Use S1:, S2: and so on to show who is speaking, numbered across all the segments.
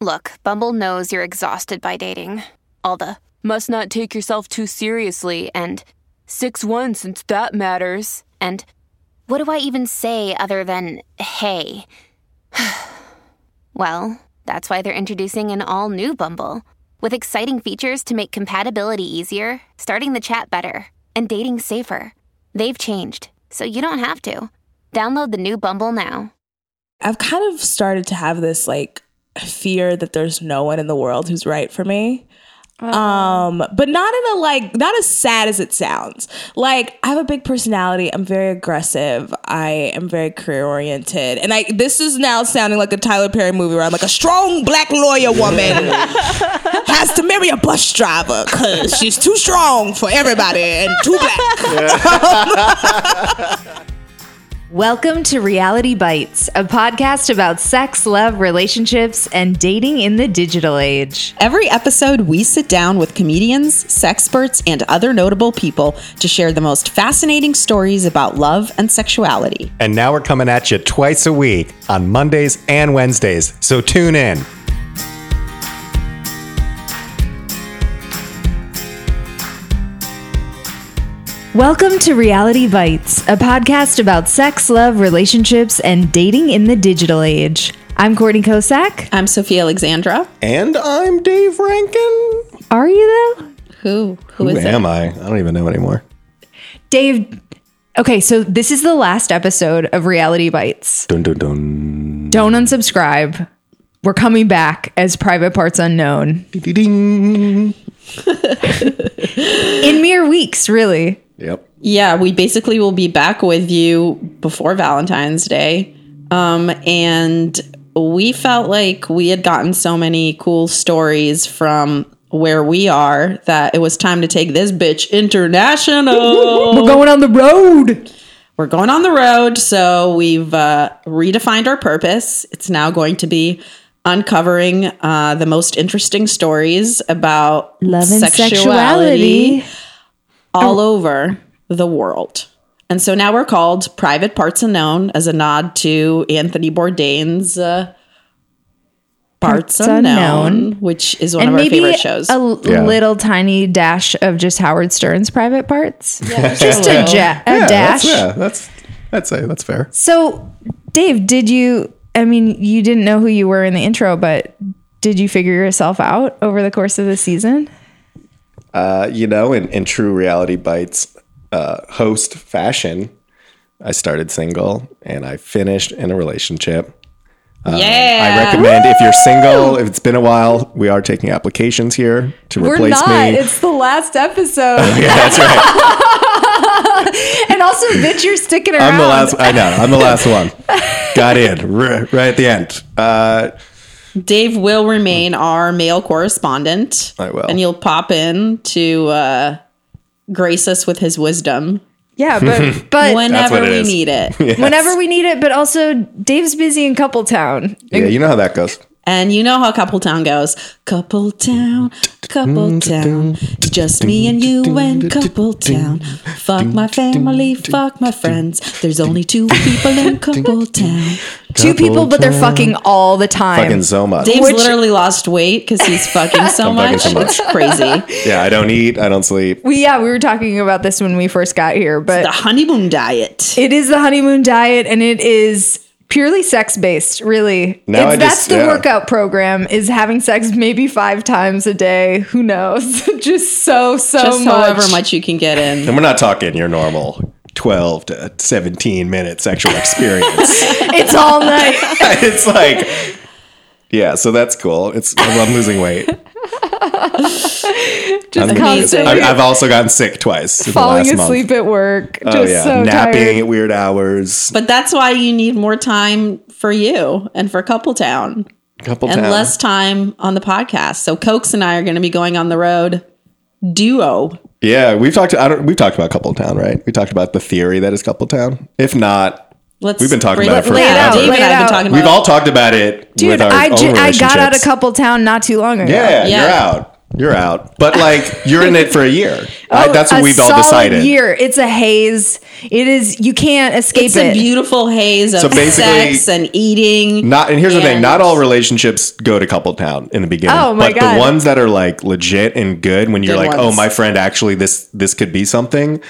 S1: Look, Bumble knows you're exhausted by dating. All the must not take yourself too seriously and 6 1 since that matters. And what do I even say other than hey? well, that's why they're introducing an all new Bumble with exciting features to make compatibility easier, starting the chat better, and dating safer. They've changed, so you don't have to. Download the new Bumble now.
S2: I've kind of started to have this like fear that there's no one in the world who's right for me. Um, but not in a like not as sad as it sounds. Like I have a big personality. I'm very aggressive. I am very career oriented. And I this is now sounding like a Tyler Perry movie where I'm like a strong black lawyer woman has to marry a bus driver because she's too strong for everybody and too black.
S3: Welcome to Reality Bites, a podcast about sex, love, relationships, and dating in the digital age.
S4: Every episode, we sit down with comedians, sexperts, and other notable people to share the most fascinating stories about love and sexuality.
S5: And now we're coming at you twice a week on Mondays and Wednesdays. So tune in.
S3: Welcome to Reality Bites, a podcast about sex, love, relationships, and dating in the digital age. I'm Courtney Kosak.
S4: I'm Sophia Alexandra.
S5: And I'm Dave Rankin.
S3: Are you though?
S4: Who? Who
S5: Who
S4: is
S5: am
S4: it?
S5: I? I don't even know anymore.
S3: Dave. Okay, so this is the last episode of Reality Bites.
S5: Dun dun dun.
S3: Don't unsubscribe. We're coming back as private parts unknown
S5: Ding, ding, ding.
S3: in mere weeks, really.
S5: Yep.
S4: Yeah, we basically will be back with you before Valentine's Day. Um, and we felt like we had gotten so many cool stories from where we are that it was time to take this bitch international.
S3: We're going on the road.
S4: we're going on the road so we've uh, redefined our purpose it's now going to be uncovering uh, the most interesting stories about
S3: Love and sexuality.
S4: all over the world and so now we're called private parts unknown as a nod to anthony bourdain's uh, parts,
S3: Parts
S4: unknown,
S3: Unknown.
S4: which is one of our favorite shows
S3: a l-
S5: Yeah.
S3: little tiny dash of just Howard Stern's private parts. just a, ja- a dash.
S5: That's, yeah, that's that's a, that's fair.
S3: So, Dave, did you? I mean, you didn't know who you were in the intro, but did you figure yourself out over the course of the season?
S5: Uh, you know, in, in true reality bites uh, host fashion, I started single and I finished in a relationship. Um,
S4: yeah
S5: I recommend if you're single, if it's been a while, we are taking applications here to
S3: We're
S5: replace
S3: not.
S5: me.
S3: It's the last episode,
S5: yeah, that's right.
S3: and also bitch, you're sticking around.
S5: I'm the last. I know. I'm the last one. Got in r- right at the end. Uh,
S4: Dave will remain our male correspondent.
S5: I will.
S4: And you'll pop in to uh, grace us with his wisdom
S3: Yeah, but but
S4: whenever
S5: what it
S4: we
S5: is.
S4: need it.
S3: whenever we need it. But also, Dave's busy in Couple Town.
S5: yeah, you know how that goes.
S4: and you know how Couple Town goes. Couple Town, Couple Town. Just me and you and Couple Town. Fuck my family, fuck my friends. There's only two people in Couple Town.
S3: Two people, but they're fucking all the time.
S5: fucking so much.
S4: Dave's literally lost weight because he's fucking so
S5: I'm fucking
S4: much.
S5: so much.
S4: It's crazy.
S5: Yeah, I don't eat. I don't sleep.
S3: we yeah, we were talking about this when we first got here, but
S4: The honeymoon diet.
S3: It is the honeymoon diet, and it is purely sex based. Really,
S5: Now
S3: It's-
S5: I
S3: that's
S5: just-
S3: the
S5: yeah.
S3: workout program. Is having sex maybe five times a day. Who knows? just so so
S4: Just
S3: much.
S4: however much you can get in.
S5: And we're not talking your normal 12 to 17 minute sexual experience.
S3: It's all night.
S5: it's like, yeah. So that's cool. It's I'm losing weight.
S3: just
S5: I'm-
S3: constantly
S5: I- I've also gotten sick twice in the
S3: falling
S5: last month.
S3: asleep at work. Just
S5: Oh yeah,
S3: so
S5: napping
S3: tired.
S5: at weird hours.
S4: But that's why you need more time for you and for Couple Town
S5: Couple
S4: and
S5: times.
S4: less time on the podcast. So Cokes and I are going to be going on the road duo.
S5: Yeah, we've talked. I don't, we've talked about Couple Town, right? We talked about the theory that is Couple Town. If not,
S4: Let's
S5: We've been talking
S4: break-
S5: about it for Lay it
S3: forever. out,
S4: Dave
S3: lay
S4: and I
S3: it
S4: have
S3: out.
S4: been talking
S5: we've
S4: about
S5: all talked about it
S3: Dude,
S5: with our
S3: I,
S5: own
S3: ju- I got out
S5: relationships.
S3: of Couple Town not too long ago.
S5: Yeah,
S4: Yeah.
S5: you're out. You're out. But like, you're in it for a year. I, that's what
S3: Oh, a
S5: we've all
S3: solid
S5: decided.
S3: Year. It's a haze. It is. You can't escape
S4: It's
S3: it.
S4: a beautiful haze of
S5: So basically-
S4: sex and eating.
S5: Not and here's the thing:
S4: And-
S5: not all relationships go to couple town in the beginning.
S3: Oh, my
S5: but
S3: God.
S5: the ones that are like legit and good, when you're
S4: Good
S5: like,
S4: ones.
S5: "Oh, my friend, actually this this could be something,"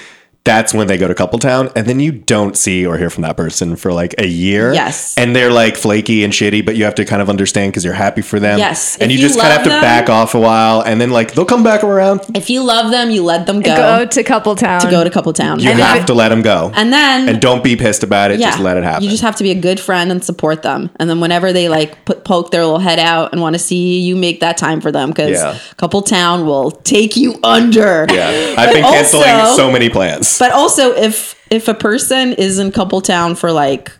S5: that's when they go to couple town, and then you don't see or hear from that person for like a year.
S4: Yes.
S5: and they're like flaky and shitty, but you have to kind of understand because you're happy for them.
S4: Yes.
S5: and
S4: If
S5: you
S4: you
S5: just kind of
S4: love
S5: have to
S4: them-
S5: back off a while, and then like they'll come back around.
S4: If you love them, you let them go.
S3: Go to couple town.
S4: go to couple town.
S5: You
S4: and,
S5: have to let them go,
S4: and then
S5: and don't be pissed about it.
S4: yeah,
S5: just let it happen.
S4: You just have to be a good friend and support them. And then whenever they like put, poke their little head out and want to see you, you make that time for them because
S5: Yeah.
S4: couple town will take you under.
S5: yeah, I've been
S4: But
S5: canceling
S4: also-
S5: so many plans.
S4: But also, if if a person is in couple town for like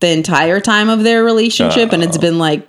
S4: the entire time of their relationship and it's been like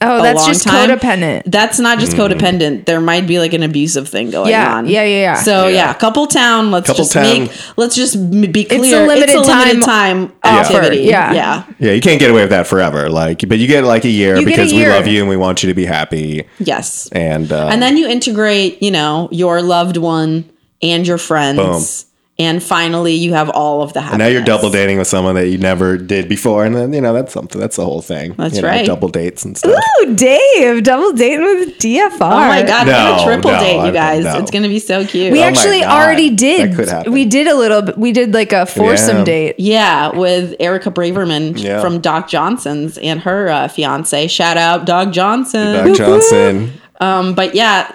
S3: Oh,
S4: a
S3: that's
S4: long
S3: just
S4: time,
S3: codependent.
S4: that's not just
S5: Mm-hmm.
S4: codependent. There might be like an abusive thing going
S3: Yeah,
S4: on.
S3: yeah, yeah, yeah.
S4: So yeah, couple town. Let's
S5: Couple
S4: just
S5: town.
S4: make. Let's just m- be clear.
S3: limited time
S4: time,
S3: offer,
S4: activity.
S3: yeah.
S4: yeah.
S5: Yeah, you can't get away with that forever. Like, but you get like a year
S3: You get a
S5: because
S3: year.
S5: we love you and we want you to be happy.
S4: Yes.
S5: And uh,
S4: And then you integrate, you know, your loved one and your friends. And finally, you have all of the happiness.
S5: now you're double dating with someone that you never did before, and then you know that's something. That's the whole thing.
S4: That's
S5: you know,
S4: right.
S5: Double dates and stuff.
S3: Oh, Dave, double dating with DFR.
S4: Oh my god, what
S5: No,
S4: a triple
S5: no,
S4: date,
S5: I
S4: you
S5: don't
S4: guys!
S5: know.
S4: It's gonna be so cute.
S3: We
S5: Oh my
S3: actually
S5: God.
S3: already did.
S5: That could happen.
S3: We did a little. bit. We did like a foursome
S5: Yeah.
S3: date.
S4: yeah, with Erica Braverman
S5: Yeah.
S4: from Doc Johnson's and her uh, fiance. Shout out Doc Johnson.
S5: Doc Johnson.
S4: Um, but yeah,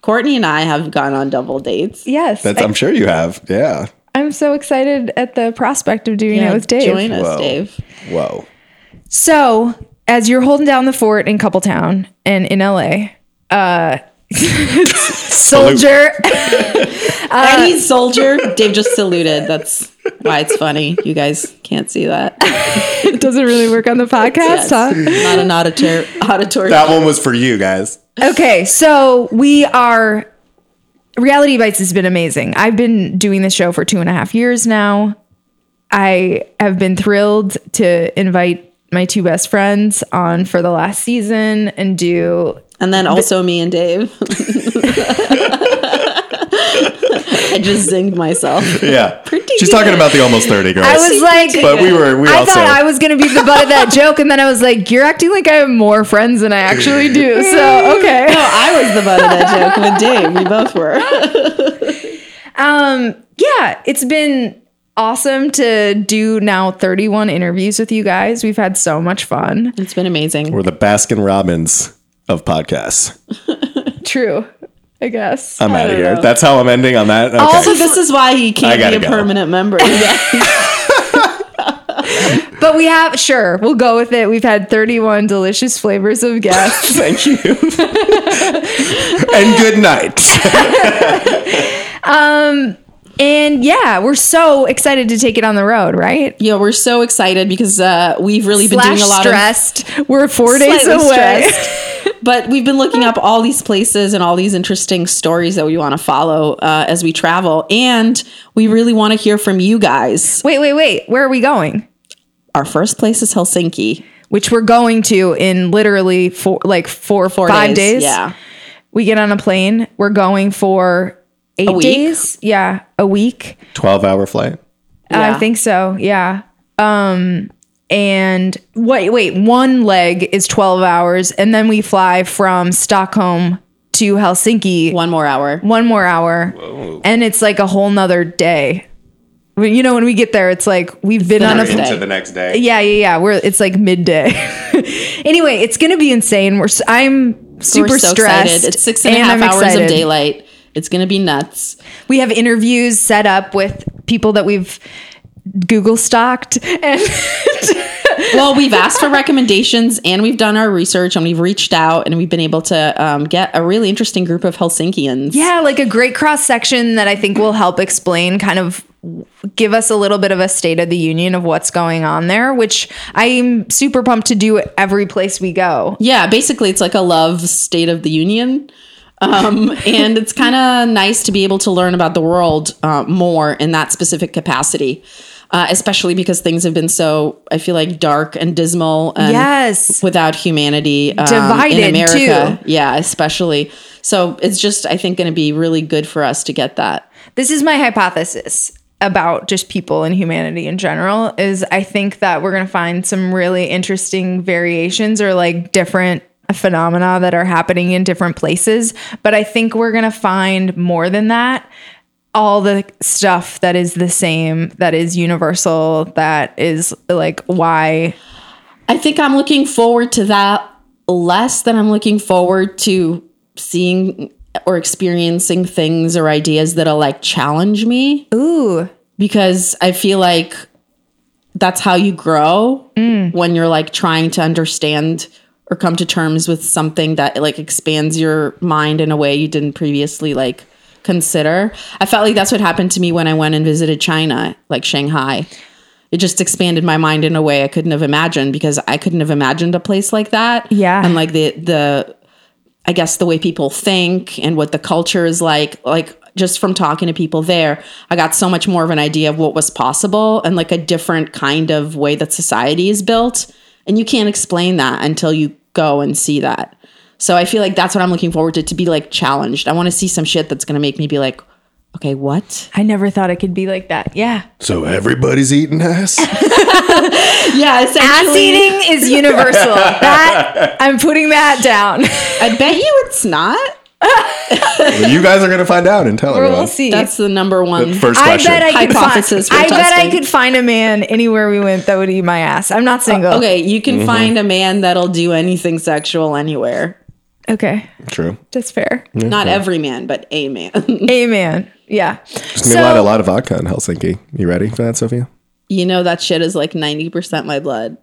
S4: Courtney and I have gone on double dates.
S3: Yes,
S5: That's, I'm sure you have. Yeah.
S3: I, am so excited at the prospect of doing it with Dave.
S4: Join us,
S5: Whoa.
S4: Dave.
S5: Whoa.
S3: So, as you're holding down the fort in Coupletown and in LA, uh, soldier, Uh,
S4: Any soldier, Dave just saluted. That's why it's funny. You guys can't see that.
S3: it doesn't really work on the podcast,
S4: Yes.
S3: huh?
S4: Not an auditor, auditory.
S5: That one was for you guys.
S3: Okay, so we are. Reality Bites has been amazing. I've been doing this show for two and a half years now. I have been thrilled to invite my two best friends on for the last season and do.
S4: And then also me and Dave. I just zinged myself.
S5: Yeah.
S4: Pretty
S5: She's
S4: good.
S5: talking about the almost thirty girls.
S3: I was like,
S5: but we were. We
S3: I
S5: also.
S3: thought I was going to be the butt of that joke, and then I was like, "You're acting like I have more friends than I actually do." So okay.
S4: I was the butt of that joke with Dave. We both were.
S3: yeah, it's been awesome to do now 31 interviews with you guys. We've had so much fun.
S4: It's been amazing.
S5: we're the Baskin Robbins of podcasts.
S3: True, I guess.
S5: I'm out of here. That's how I'm ending on that. Okay.
S4: Also, this is why he
S5: I
S4: can't
S5: gotta
S4: be a
S5: go.
S4: permanent member.
S3: But we have, sure, we'll go with it. We've had 31 delicious flavors of guests.
S5: Thank you. and good night.
S3: and yeah, we're so excited to take it on the road, right?
S4: yeah, we're so excited because uh, we've really been
S3: Slash
S4: doing a lot of
S3: stressed. we're four days
S4: Slightly
S3: away.
S4: stressed. but we've been looking up all these places and all these interesting stories that we want to follow uh, as we travel. And we really want to hear from you guys.
S3: Wait, wait, wait. Where are we going?
S4: Our first place is Helsinki.
S3: Which we're going to in literally four, like four,
S4: Four
S3: five days.
S4: Yeah.
S3: We get on a plane. We're going for eight
S4: week?
S3: days. Yeah, a week.
S5: Twelve hour flight.
S3: I think so. Yeah. Um and wait, wait, one leg is 12 hours and then we fly from Stockholm to Helsinki
S4: One more hour.
S3: one more hour. And it's like a whole nother day. Well, You know, when we get there, it's like we've been
S4: the
S3: on a
S4: next day.
S5: Into the next day.
S3: yeah, yeah, yeah. We're it's like midday. anyway, it's gonna be insane. We're s- I'm super
S4: we're so
S3: stressed.
S4: excited. It's six and a half
S3: I'm
S4: hours
S3: excited.
S4: of daylight. It's going to be nuts.
S3: We have interviews set up with people that we've Google stalked and
S4: well, we've asked for recommendations and we've done our research and we've reached out and we've been able to um, get a really interesting group of Helsinkians.
S3: Yeah, like a great cross section that I think will help explain kind of give us a little bit of a state of the union of what's going on there, which I'm super pumped to do at every place we go.
S4: Yeah, basically, it's like a love state of the union. Um, and it's kind of nice to be able to learn about the world uh, more in that specific capacity, uh, especially because things have been so, I feel like, dark and dismal and
S3: Yes.
S4: without humanity um,
S3: Divided,
S4: in America.
S3: too.
S4: Yeah, especially. So it's just, I think, going to be really good for us to get that.
S3: this is my hypothesis about just people and humanity in general is I think that we're going to find some really interesting variations or like different phenomena that are happening in different places, but I think we're going to find more than that all the stuff that is the same that is universal that is like why
S4: I think I'm looking forward to that less than I'm looking forward to seeing or experiencing things or ideas that'll like challenge me
S3: ooh
S4: because I feel like that's how you grow when you're like trying to understand or come to terms with something that like expands your mind in a way you didn't previously like consider. I felt like that's what happened to me when I went and visited China, like Shanghai. It just expanded my mind in a way I couldn't have imagined because I couldn't have imagined a place like that.
S3: Yeah.
S4: And like the the I guess the way people think and what the culture is like, like just from talking to people there, I got so much more of an idea of what was possible and like a different kind of way that society is built. And you can't explain that until you go and see that. So I feel like that's what I'm looking forward to to be like challenged. I want to see some shit that's going to make me be like, okay, what?
S3: I never thought it could be like that yeah
S5: So everybody's eating ass.
S4: Yeah,
S3: ass eating is universal that I'm putting that down
S4: I bet you it's not.
S5: Well, you guys are gonna find out and tell everyone.
S3: we'll see
S4: That's the number one.
S5: First
S3: I
S5: question.
S3: bet I could
S4: Hypothesis
S3: find.
S4: we're
S3: I bet I
S4: testing. Oh,
S3: could find a man anywhere we went that would eat my ass. I'm not single.
S4: Okay, you can find a man that'll do anything sexual anywhere.
S3: Okay.
S5: True.
S3: That's fair.
S5: Mm-hmm.
S4: Not every man, but a man.
S3: A man. Yeah.
S5: There's gonna be a lot, a
S3: So
S5: lot of vodka in Helsinki. You ready for that, Sophia?
S4: You know that shit is like 90% my blood.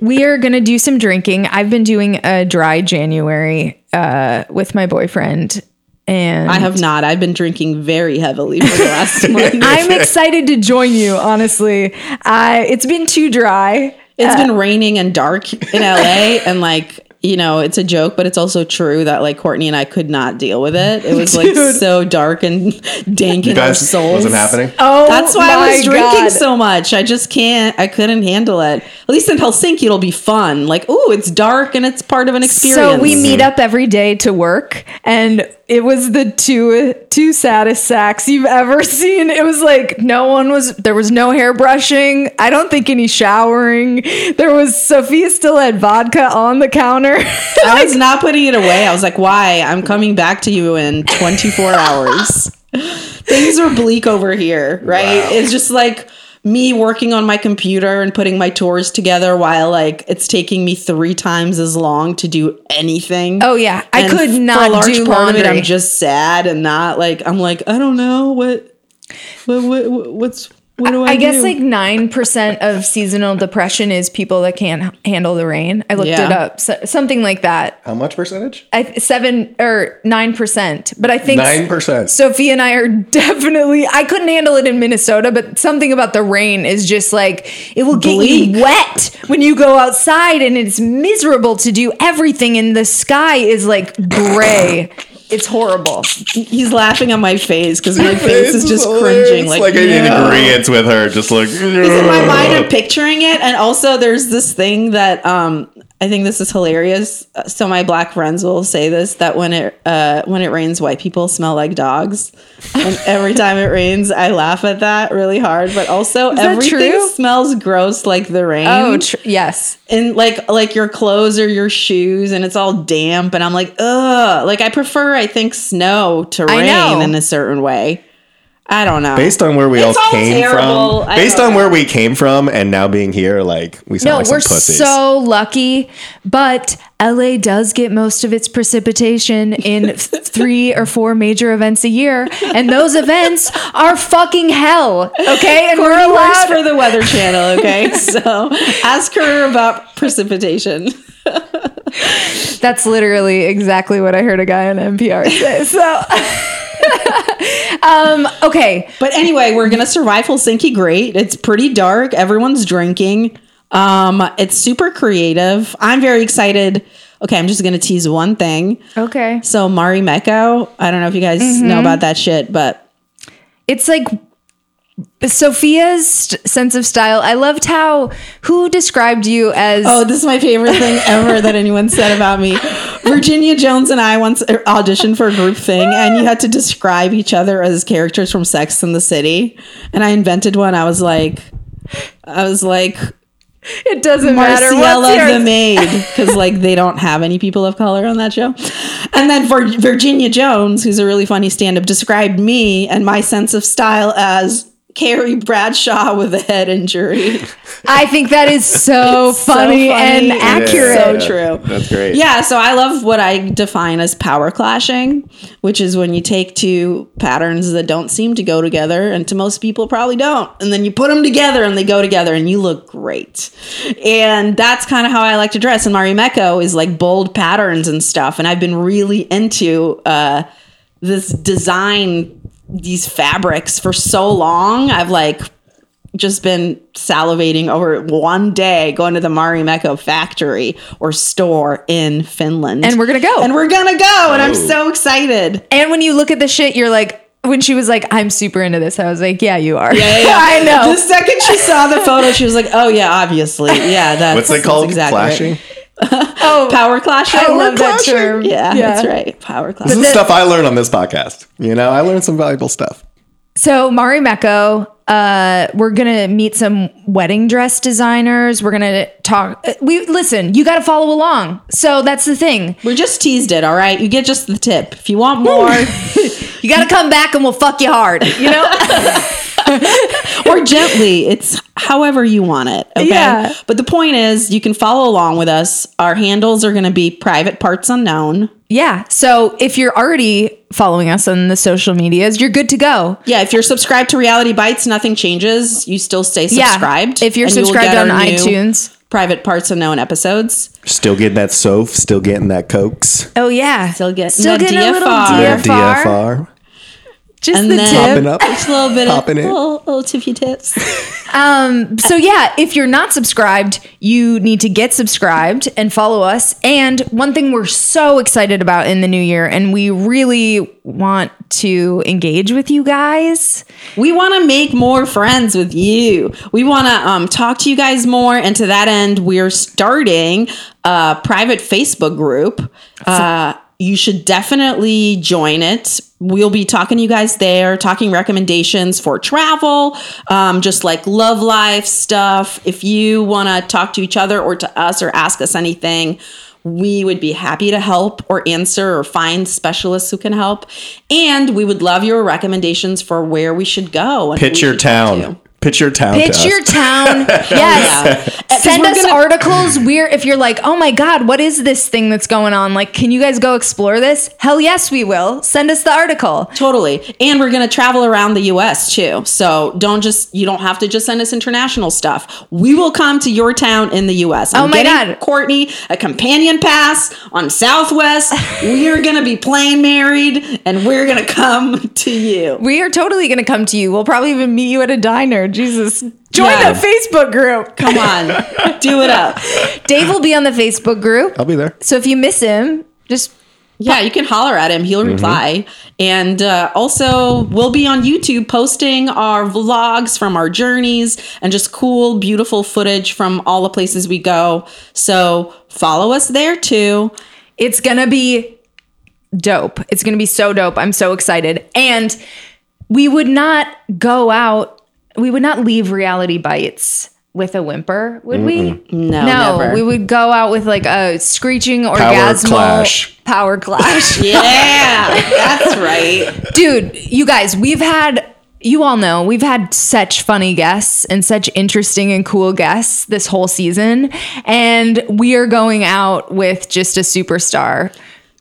S3: we are gonna do some drinking. I've been doing a dry January uh, with my boyfriend, and
S4: I have not. I've been drinking very heavily for the last month.
S3: I'm excited to join you. Honestly, I it's been too dry.
S4: It's been raining and dark in LA and like, you know, it's a joke, but it's also true that like Courtney and I could not deal with it. It was like so dark and dank in our souls.
S5: wasn't happening.
S3: Oh,
S4: That's why I
S3: my
S4: was drinking
S3: God.
S4: so much. I just can't. I couldn't handle it. At least in Helsinki, it'll be fun. Like, ooh, it's dark and it's part of an experience.
S3: So we meet up every day to work, and it was the two two saddest sacks you've ever seen. It was like no one was there was no hair brushing. I don't think any showering. There was Sophia still had vodka on the counter.
S4: I was not putting it away. I was like, why? I'm coming back to you in 24 hours. Things are bleak over here, right? It's just like me working on my computer and putting my tours together while like it's taking me three times as long to do anything.
S3: Oh, yeah. I could not do laundry.
S4: I'm just sad and not like I'm like I don't know what what, what, what what's what do I,
S3: I guess
S4: do?
S3: like nine percent of seasonal depression is people that can't handle the rain. I looked
S4: Yeah.
S3: it up, so, something like that.
S5: How much percentage?
S3: I, th- seven or nine percent, but I think
S5: Nine percent.
S3: Sophie and I are definitely. I couldn't handle it in Minnesota, but something about the rain is just like it will get
S4: Bleak.
S3: you wet when you go outside, and it's miserable to do everything. And the sky is like gray. It's horrible.
S4: he's laughing on my face because my
S5: It's
S4: face is just
S5: hilarious.
S4: cringing like,
S5: like I didn't
S4: "No."
S5: agree it's with her. Just like
S4: Because in my mind, I'm picturing it. And also, there's this thing that um, I think this is hilarious. Uh, So my black friends will say this that when it uh, when it rains, white people smell like dogs. And every time it rains, I laugh at that really hard. But also,
S3: that
S4: everything
S3: true?
S4: smells gross like the rain.
S3: Oh tr- yes,
S4: and like like your clothes or your shoes, and it's all damp. And I'm like, ugh. Like I prefer, I think, snow to
S3: I know.
S4: rain in a certain way. I don't know.
S5: based on where we all
S4: all
S5: came
S4: terrible.
S5: from,
S4: I
S5: based
S4: don't
S5: on
S4: know.
S5: where we came from, and now being here, like we sound
S3: no,
S5: like some
S3: we're
S5: pussies.
S3: so lucky, but LA does get most of its precipitation in f- three or four major events a year, and those events are fucking hell. Okay, and we're
S4: works
S3: allowed
S4: for the Weather Channel, okay? so ask her about precipitation.
S3: That's literally exactly what I heard a guy on NPR say. So, um, okay,
S4: But anyway, we're gonna survive Helsinki great. It's pretty dark, everyone's drinking. Um, it's super creative. I'm very excited. Okay, I'm just gonna tease one thing.
S3: okay.
S4: So Mari Meko, I don't know if you guys know about that shit, but
S3: It's like Sophia's st- sense of style. I loved how who described you as
S4: oh, this is my favorite thing ever that anyone said about me. Virginia Jones and I once auditioned for a group thing, and you had to describe each other as characters from Sex and the City. And I invented one. I was like, I was like
S3: It doesn't matter. What's
S4: Marciella
S3: yours?
S4: the maid, because like they don't have any people of color on that show. And then for Virginia Jones, who's a really funny stand-up, described me and my sense of style as Carrie Bradshaw with a head injury.
S3: I think that is so, funny,
S4: funny.
S3: and
S4: It's
S3: accurate.
S4: So true.
S5: That's great.
S4: Yeah, so I love what I define as power clashing, which is when you take two patterns that don't seem to go together, and to most people probably don't, and then you put them together and they go together, and you look great. And that's kind of how I like to dress. And Marimekko is like bold patterns and stuff, and I've been really into uh, this design, these fabrics for so long. I've like just been salivating over one day going to the Marimekko factory or store in Finland.
S3: And we're gonna go.
S4: And we're gonna go. And
S5: Oh.
S4: I'm so excited.
S3: And when you look at the shit, you're like, when she was like, I'm super into this, I was like, yeah, you are.
S4: Yeah, yeah.
S3: I know.
S4: The second she saw the photo, she was like, "Oh yeah, obviously, yeah." That's
S5: What's it
S4: that's
S5: called?
S4: exactly right.
S5: Flashing.
S3: oh,
S4: Power clash.
S3: I love that term.
S4: Yeah, that's right. Power clash.
S5: This is stuff I learned on this podcast. You know, I learned some valuable stuff.
S3: So Mari Mecco, uh, we're gonna meet some wedding dress designers. We're gonna talk. uh, We listen. You got to follow along. So that's the thing.
S4: We just teased it. All right, you get just the tip. If you want more,
S3: You got to come back and we'll fuck you hard. You know.
S4: or gently. It's however you want it. Okay.
S3: Yeah.
S4: But the point is, you can follow along with us. Our handles are going to be private parts unknown.
S3: yeah. So if you're already following us on the social medias, you're good to go.
S4: Yeah. If you're subscribed to Reality Bites, nothing changes. You still stay
S3: Yeah.
S4: subscribed.
S3: If you're
S4: and you will
S3: subscribed
S4: get
S3: on
S4: our new
S3: iTunes.
S4: private parts unknown episodes.
S5: Still getting that soap. Still getting that cokes.
S3: Oh yeah. Still
S4: get-
S3: still
S4: the
S3: getting a little
S4: DFR.
S3: DFR.
S5: Little DFR.
S3: Just
S4: And
S3: the
S4: then-
S3: tip.
S5: Popping up.
S4: Just a little bit
S5: Popping
S4: of
S5: it.
S4: little, little tippy tips.
S3: So yeah, if you're not subscribed, you need to get subscribed and follow us. And one thing we're so excited about in the new year, and we really want to engage with you guys.
S4: We want to make more friends with you. We want to um, talk to you guys more. And to that end, we're starting a private Facebook group. Uh, you should definitely join it. We'll be talking to you guys there, talking recommendations for travel, um, just like love life stuff. If you want to talk to each other or to us or ask us anything, we would be happy to help or answer or find specialists who can help. And we would love your recommendations for where we should go. and who
S5: Pitch
S4: we
S5: your
S4: should go
S5: town.
S4: to.
S5: Pitch your town. to
S3: Pitch
S5: us.
S3: your town. Yes. Send
S4: we're
S3: us
S4: gonna-
S3: articles. We're if you're like, oh my God, what is this thing that's going on? Like, can you guys go explore this? Hell yes, we will. Send us the article.
S4: Totally. And we're going to travel around the US too. So don't just, you don't have to just send us international stuff. We will come to your town in the US. I'm
S3: Oh my
S4: getting
S3: God.
S4: Courtney, a companion pass on Southwest. we are going to be plain married and we're going to come to you.
S3: We are totally gonna come to you. We'll probably even meet you at a diner. Jesus. Join
S4: Yeah.
S3: the Facebook group.
S4: Come on, do it up.
S3: Dave will be on the Facebook group.
S5: I'll be there.
S3: So if you miss him, just
S4: Yeah, you can holler at him. He'll reply. And uh, also, we'll be on YouTube posting our vlogs from our journeys and just cool, beautiful footage from all the places we go. So follow us there too.
S3: it's gonna be dope. It's gonna be so dope. I'm so excited. And we would not go out, we would not leave reality bites with a whimper, would we?
S4: No,
S3: No,
S4: never.
S3: we would go out with like a screeching orgasmal
S5: clash.
S3: power clash.
S4: yeah, that's right.
S3: Dude, you guys, we've had you all know we've had such funny guests and such interesting and cool guests this whole season, and we are going out with just a superstar.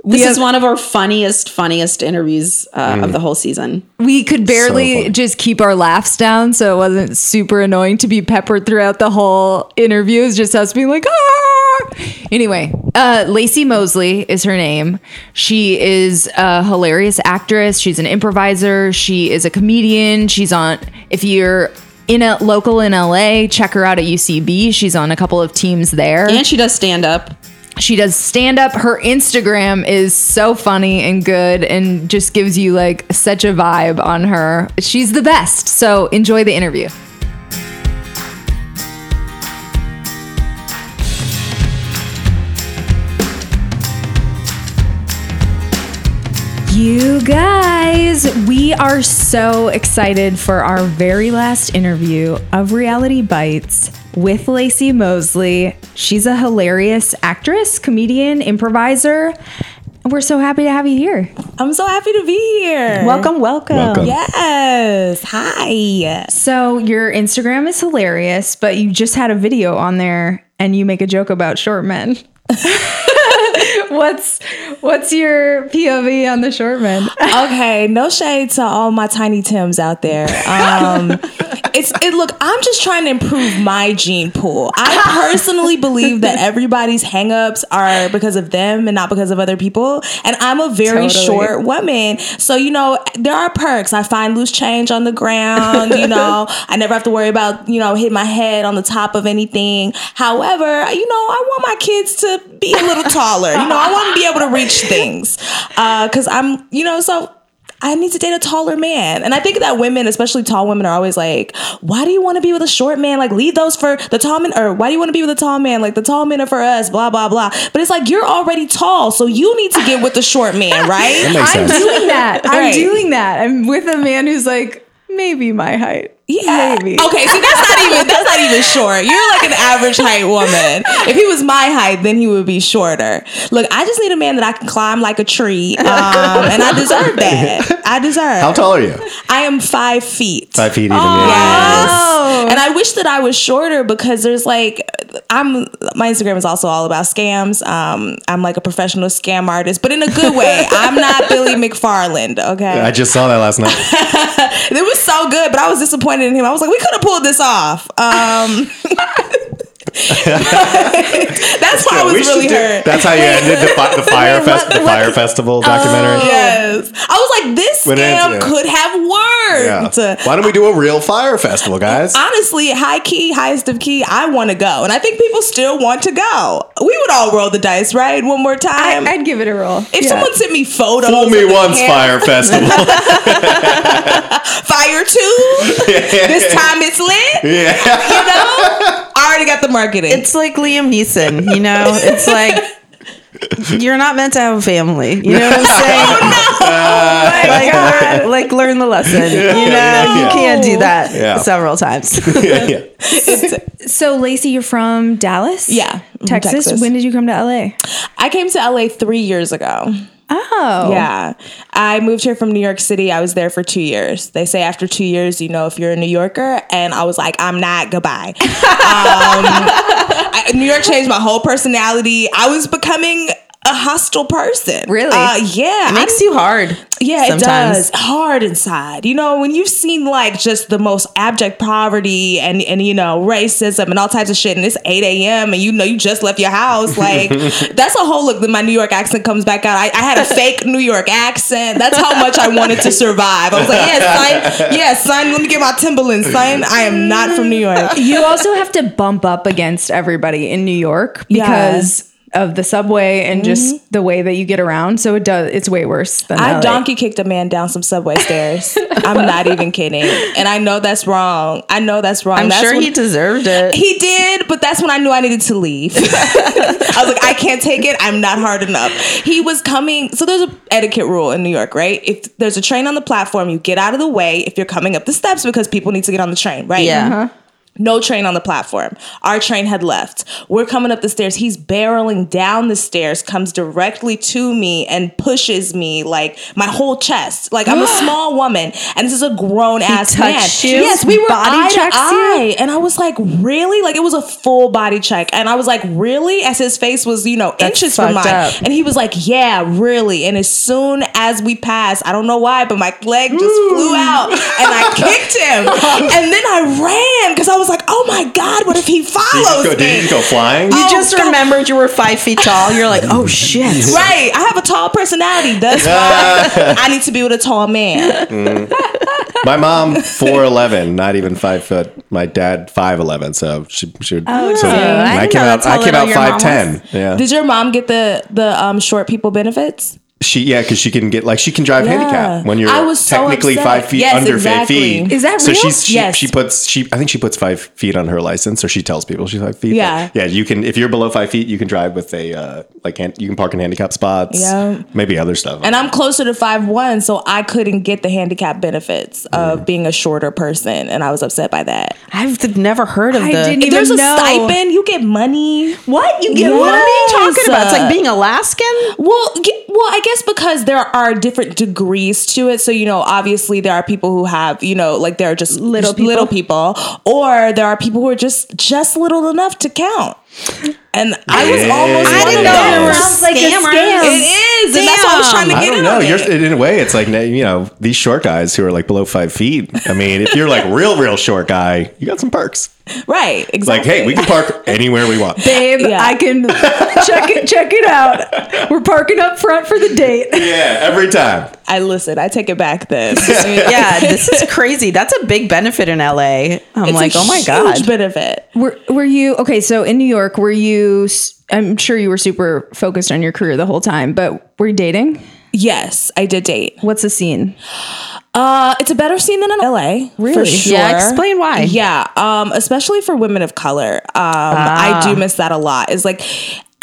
S3: We
S4: This
S3: have-
S4: is one of our funniest, funniest interviews uh, of the whole season.
S3: we could barely
S5: funny.
S3: just keep our laughs down, so it wasn't super annoying to be peppered throughout the whole interview. It's just us being like, ah. Anyway, uh, Lacey Mosley is her name. She is a hilarious actress. She's an improviser. She is a comedian. She's on. If you're in a local in LA, check her out at UCB. She's on a couple of teams there.
S4: And she does stand up.
S3: She does stand up. Her Instagram is so funny and good and just gives you like such a vibe on her. She's the best. So enjoy the interview. You guys, we are so excited for our very last interview of Reality Bites with Lacey Mosley. She's a hilarious actress, comedian, improviser, and we're so happy to have you here.
S2: I'm so happy to be here.
S3: Welcome, welcome.
S5: Welcome.
S2: Yes. Hi.
S3: So, your Instagram is hilarious, but you just had a video on there and you make a joke about short men. what's what's your POV on the short men?
S2: okay, no shade to all my tiny Tims out there. Um, it's it. Look, I'm just trying to improve my gene pool. I personally believe that everybody's hangups are because of them and not because of other people. And I'm a very
S3: Totally.
S2: short woman, so you know there are perks. I find loose change on the ground. You know, I never have to worry about you know hitting my head on the top of anything. However, you know, I want my kids to be a little taller. You know, I want to be able to reach things because I'm, you know, so I need to date a taller man. And I think that women, especially tall women, are always like, why do you want to be with a short man? Like, leave those for the tall men, or why do you want to be with a tall man? Like, the tall men are for us, blah, blah, blah. But it's like, you're already tall, so you need to get with the short man, right?
S5: Makes
S3: I'm
S5: sense.
S3: doing that. I'm
S2: Right.
S3: doing that. I'm with a man who's like maybe my height.
S2: Yeah.
S3: Maybe.
S2: Okay, see that's not even that's not even short. You're like an average height woman. If he was my height, then he would be shorter. Look, I just need a man that I can climb like a tree, um, and I deserve that. I deserve.
S5: How tall are you?
S2: I am five feet.
S5: Five
S4: Oh,
S5: feet even.
S2: Yes. And I wish that I was shorter because there's like I'm my Instagram is also all about scams. Um, I'm like a professional scam artist, but in a good way. I'm not Billy McFarland, okay?
S5: I just saw that last night.
S2: it was so good, but I was disappointed in him. I was like, we could have pulled this off. Um That's why I was
S5: We should
S2: really
S5: do-
S2: hurt.
S5: That's how you ended the, fi- the fire fest, the fire festival documentary.
S2: Yes. I was like, this
S5: When it ends,
S2: scam
S5: yeah.
S2: could have worked.
S5: Yeah. Why don't we do a real fire festival, guys?
S2: honestly, high key, highest of key, I want to go. And I think people still want to go. We would all roll the dice, right? One more
S3: I,
S2: time.
S3: would give it a roll.
S2: if
S3: Yeah.
S2: someone sent me photos,
S5: Fool me
S2: of the
S5: once,
S2: camp-
S5: fire festival.
S2: fire two. this time it's lit.
S5: yeah.
S2: You know, I already got the marketing.
S4: It's like Liam Neeson, you know? It's like you're not meant to have a family. You know what I'm saying? like, learn, like learn the lesson. You know, you can't do that
S5: Yeah.
S4: several times.
S5: yeah, yeah.
S3: so Lacey, you're from Dallas?
S2: Yeah, I'm
S3: Texas?
S2: Texas.
S3: When did you come to LA?
S2: I came to LA three years ago.
S3: Oh.
S2: Yeah. I moved here from New York City. I was there for two years. They say after two years, you know if you're a New Yorker. And I was like, I'm not. Goodbye. um, I, New York changed my whole personality. I was becoming a hostile person.
S3: Really?
S2: Uh, yeah. I
S4: Makes you hard.
S2: yeah,
S4: sometimes.
S2: it does. Hard inside. You know, when you've seen like just the most abject poverty and and you know racism and all types of shit, and it's eight a.m. and you know you just left your house, like that's a whole look that my New York accent comes back out. I, I had a fake New York accent. That's how much I wanted to survive. I was like, yeah, son, yeah, son, let me get my Timberland, son. I am not from New York.
S3: You also have to bump up against everybody in New York
S2: Yeah.
S3: because of the subway and just the way that you get around. So it does it's way worse than
S2: I
S3: LA.
S2: donkey kicked a man down some subway stairs. I'm not even kidding, and I know that's wrong. I know that's wrong.
S4: I'm
S2: that's
S4: sure
S2: what-
S4: he deserved it.
S2: He did, but that's when I knew I needed to leave. I was like, I can't take it. I'm not hard enough. He was coming. So there's a etiquette rule in New York, right? If there's a train on the platform, you get out of the way if you're coming up the steps because people need to get on the train, right?
S4: Yeah.
S2: No train on the platform. Our train had left. We're coming up the stairs. He's barreling down the stairs, comes directly to me and pushes me like my whole chest. Like I'm a small woman, and this is a grown ass man.
S4: touched you?
S2: Yes, we were
S4: Body
S2: eye to
S4: checks you?
S2: eye, and I was like, really? Like it was a full body check, and I was like, really? As his face was, you know, inches from
S4: fucked
S2: mine,
S4: up.
S2: and he was like, yeah, really. And as soon as we passed, I don't know why, but my leg just flew out and I kicked him. and then I ran because I was like, oh my God, what if he
S5: Did you
S2: follows
S5: go,
S2: me?
S5: did you go flying?
S4: You
S2: Oh,
S4: just
S2: God.
S4: remembered you were five feet tall. You're like, oh shit.
S2: Right. I have a tall personality. That's why I need to be with a tall man.
S5: My mom, 4'11, not even 5 foot. My dad, 5'11. So she, she would. Oh, so
S4: I
S5: I,
S4: didn't
S5: came
S4: know
S5: out,
S4: that's how
S5: I came
S4: little
S5: out
S4: your mom was.
S5: 5'10. Yeah.
S2: Did your mom get the the um, short people benefits?
S5: She yeah, because she can get like she can drive handicap when you're
S2: I was so
S5: technically
S2: upset.
S5: five feet
S2: Yes,
S5: under
S2: exactly.
S5: five feet.
S3: Is that
S5: so
S3: real?
S5: She's, she,
S2: Yes.
S5: she puts she I think she puts five feet on her license, or she tells people she's five feet. but
S2: Yeah.
S5: yeah. You can if you're below five feet, you can drive with a uh, like hand, you can park in handicap spots.
S2: Yeah.
S5: maybe other stuff.
S2: And I'm closer to five one, so I couldn't get the handicap benefits of being a shorter person, and I was upset by that.
S4: I've never heard of
S3: I
S4: the.
S3: didn't even
S2: There's a
S3: know.
S2: stipend, you get money.
S4: What you
S2: get-
S4: What are you
S2: Yes. Uh,
S4: talking about? It's like being Alaskan.
S2: Well, ge- well, I guess because there are different degrees to it. So you know, obviously there are people who have you know, like there are just little
S3: people.
S2: little people, or there are people who are just just little enough to count. And I was
S5: Yeah.
S2: almost.
S5: I
S2: one
S5: didn't
S2: of
S5: know
S2: those.
S5: there were
S3: Sounds like a
S4: scammers.
S3: scam.
S2: It is, and that's why I was trying to
S5: I
S2: get
S5: don't
S2: in
S5: know.
S2: on
S5: You're
S2: it.
S5: in a way, it's like you know these short guys who are like below five feet. I mean, if you're like real, real short guy, you got some perks.
S2: right. Exactly.
S5: Like, hey, we can park anywhere we want.
S3: Babe,
S2: Yeah.
S3: I can check it check it out. We're parking up front for the date.
S5: Yeah, every time.
S2: I listen. I take it back. Then
S4: yeah, this is crazy. That's a big benefit in LA. I'm
S2: It's
S4: like,
S2: a
S4: oh my
S2: huge
S4: god.
S2: benefit.
S3: Were were you okay? So in New York, were you? s- I'm sure you were super focused on your career the whole time, but were you dating?
S2: Yes, I did date.
S3: What's the scene?
S2: Uh, it's a better scene than in LA,
S3: Really?
S2: For sure.
S4: Yeah, explain why.
S2: Yeah, um, especially for women of color, um, I do miss that a lot. Is like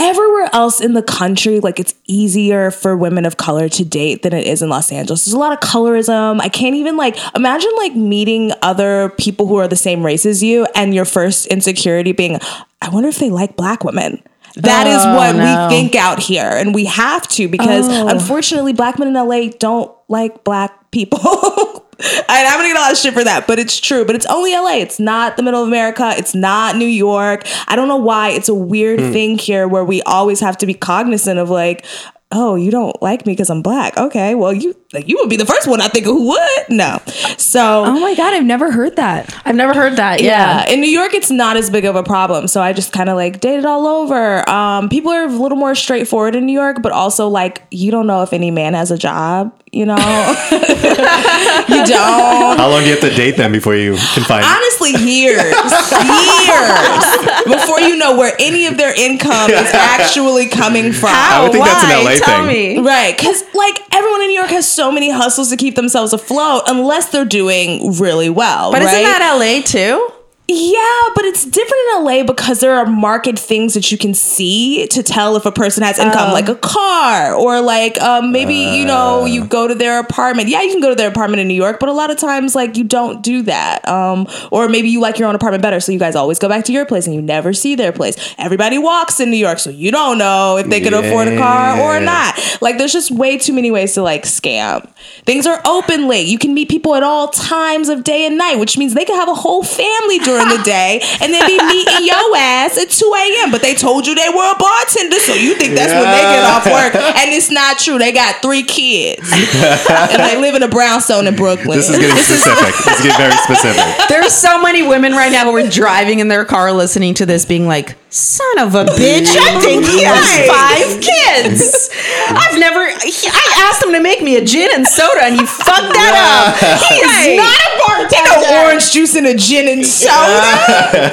S2: everywhere else in the country, like it's easier for women of color to date than it is in Los Angeles. There's a lot of colorism. I can't even like imagine like meeting other people who are the same race as you, and your first insecurity being, I wonder if they like black women. That is what we think out here, and we have to because unfortunately, black men in LA don't like black people. And I'm gonna get a lot of shit for that, but it's true. But it's only LA. It's not the middle of America. It's not New York. I don't know why. It's a weird thing here where we always have to be cognizant of like, oh, you don't like me because I'm black. Okay, well you like you would be the first one I think who would. No, so
S3: Oh my god, I've never heard that.
S6: I've never heard that.
S2: yeah. in New York, it's not as big of a problem. So I just kind of like dated all over. Um, people are a little more straightforward in New York, but also like you don't know if any man has a job. You know, you don't.
S5: How long do you have to date them before you can find?
S2: Honestly, years, years before you know where any of their income is actually coming from.
S5: I would think that's an
S4: Oh, Why?
S5: LA
S4: Tell
S5: thing.
S4: me.
S2: Right, because like everyone in New York has so many hustles to keep themselves afloat, unless they're doing really well.
S4: But
S2: right?
S4: isn't that LA too?
S2: Yeah, but it's different in LA because there are market things that you can see to tell if a person has income, like a car or like um, maybe you know you go to their apartment. Yeah, you can go to their apartment in New York, but a lot of times like you don't do that, um, or maybe you like your own apartment better, so you guys always go back to your place and you never see their place. Everybody walks in New York, so you don't know if they can afford a car or
S5: Yeah.
S2: not. Like there's just way too many ways to like scam. Things are open late. You can meet people at all times of day and night, which means they could have a whole family during the day and then be meeting your ass at 2 a.m. But they told you they were a bartender, so you think that's when they get off work. And it's not true. They got three kids. and they live in a brownstone in Brooklyn.
S5: This is getting specific. this is getting very specific.
S4: There's so many women right now who are driving in their car listening to this being like, son of a bitch, I think he has five kids. I've never, he- I asked him to make me a gin and soda and he fucked that up. He is not a bartender.
S2: No orange juice and a gin and soda.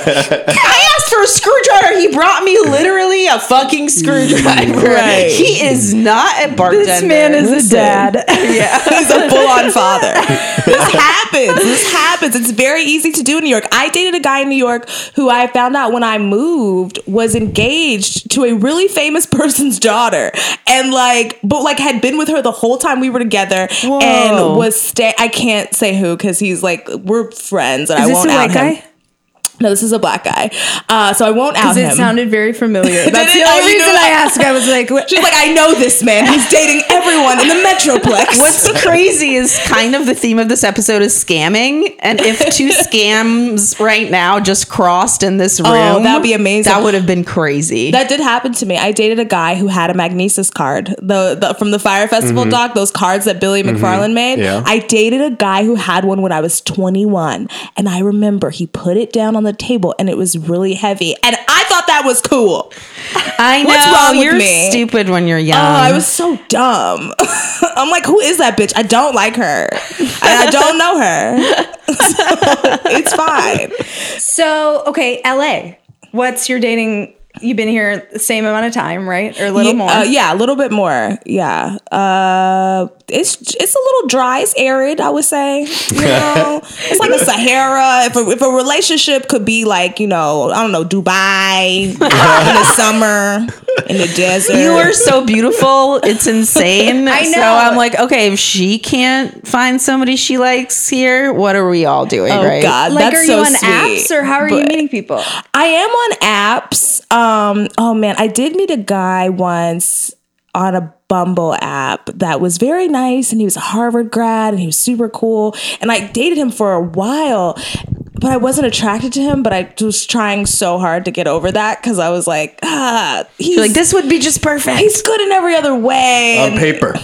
S4: I asked for a screwdriver. He brought me literally a fucking screwdriver.
S2: Right.
S4: He is not a bartender.
S3: This man is a dad.
S2: He's a full on father. This happens. This happens. It's very easy to do in New York. I dated a guy in New York who I found out when I moved was engaged to a really famous person's daughter and like but like had been with her the whole time we were together and was stay I can't say who cuz he's like we're friends and I
S3: Is this
S2: won't
S3: a
S2: out
S3: white
S2: him.
S3: guy?
S2: No, this is a black guy. Uh, so I won't out
S3: Because
S2: him.
S3: it sounded very familiar. That's
S2: it?
S3: the
S2: Oh,
S3: only
S2: you knew
S3: reason I
S2: it.
S3: asked. I was like, what-
S2: She's like, I know this man. He's dating everyone in the Metroplex. Oh,
S4: What's crazy is kind of the theme of this episode is scamming. And if two scams right now just crossed in this room,
S2: that'd be amazing.
S4: That would have been crazy.
S2: That did happen to me. I dated a guy who had a Magnesis card, the, the from the Fire Festival doc, those cards that Billy McFarland made.
S5: Yeah.
S2: I dated a guy who had one when I was 21, and I remember he put it down on the table, and it was really heavy, and I thought that was cool.
S4: I know.
S2: What's wrong with
S4: you're
S2: me?
S4: stupid when you're young.
S2: Oh, I was so dumb. I'm like, who is that bitch? I don't like her. And I don't know her. so it's fine.
S3: so okay, L.A. What's your dating You've been here the same amount of time, right? Or a little
S2: Ye-
S3: more.
S2: uh, yeah, a little bit more. Yeah. Uh, it's it's a little dry. It's arid, I would say. You know? it's like a Sahara. If a, if a relationship could be like, you know, I don't know, Dubai in the summer, in the desert.
S4: You are so beautiful. It's insane. I
S3: know.
S4: So I'm like, okay, if she can't find somebody she likes here, what are we all doing,
S2: Oh
S4: right?
S2: God,
S3: like,
S2: that's
S3: are
S2: so
S3: you on
S2: sweet.
S3: apps or how are you
S2: But-
S3: meeting people?
S2: I am on apps. Um, oh man, I did meet a guy once on a Bumble app that was very nice, and he was a Harvard grad, and he was super cool, and I dated him for a while. But I wasn't attracted to him, but I was trying so hard to get over that because I was like, ah, he's,
S3: Like this would be just perfect.
S2: he's good in every other way.
S5: on paper.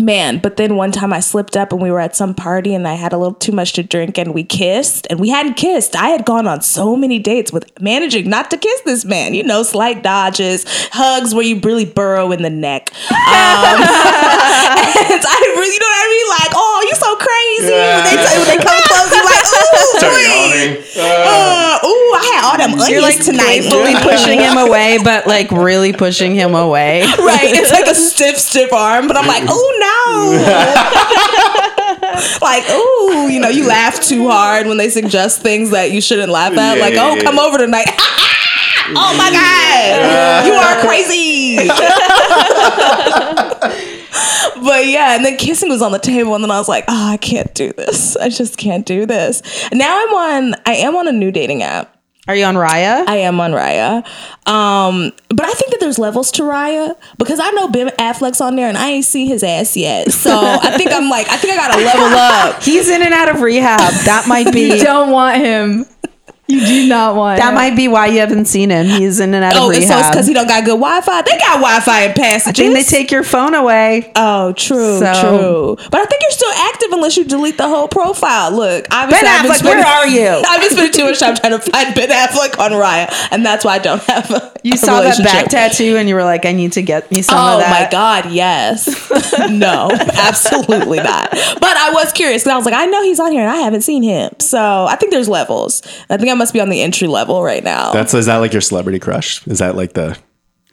S2: Man, but then one time I slipped up and we were at some party and I had a little too much to drink and we kissed and we hadn't kissed. I had gone on so many dates with managing not to kiss this man, you know, slight dodges, hugs where you really burrow in the neck. Um, and I really, you know what I mean? Like, oh, you're so crazy. When, they when they come close, you're like, ooh, wait.
S4: Oh.
S2: Uh, ooh, I had all them onions
S4: You're like
S2: tonight.
S4: playfully pushing him away, but like really pushing him away.
S2: Right. It's like a stiff, stiff arm, but I'm like, oh no. like, oh, you know, you laugh too hard when they suggest things that you shouldn't laugh at.
S5: Yeah,
S2: like,
S5: yeah,
S2: oh,
S5: yeah.
S2: come over tonight. oh my God. You are crazy. but yeah, and then kissing was on the table, and then I was like, oh, I can't do this. I just can't do this. Now I'm on I am on a new dating app.
S4: Are you on Raya?
S2: I am on Raya. Um, but I think that there's levels to Raya because I know Ben Affleck's on there and I ain't seen his ass yet. So I think I'm like, I think I gotta level up.
S4: He's in and out of rehab. That might
S3: you
S4: be
S3: don't want him. You do not want
S4: that
S3: him.
S4: might be why you haven't seen him. He's in and out
S2: Oh,
S4: of
S2: and
S4: rehab.
S2: so it's because he don't got good Wi Fi. They got Wi Fi in
S4: I
S2: passages.
S4: think they take your phone away.
S2: Oh, true,
S4: So-
S2: true. But I think you're still active unless you delete the whole profile. Look, obviously,
S4: Ben
S2: I've been
S4: Affleck, where
S2: spending-
S4: are you?
S2: I've been spending too much time trying to find Ben Affleck on Raya, and that's why I don't have. A,
S4: You
S2: a
S4: saw that
S2: relationship.
S4: back tattoo and you were like, I need to get me some
S2: oh
S4: of that.
S2: my god, yes. no, absolutely not. But I was curious because I was like, I know he's on here and I haven't seen him. So I think there's levels. I think I must be on the entry level right now.
S5: That's is that like your celebrity crush? Is that like the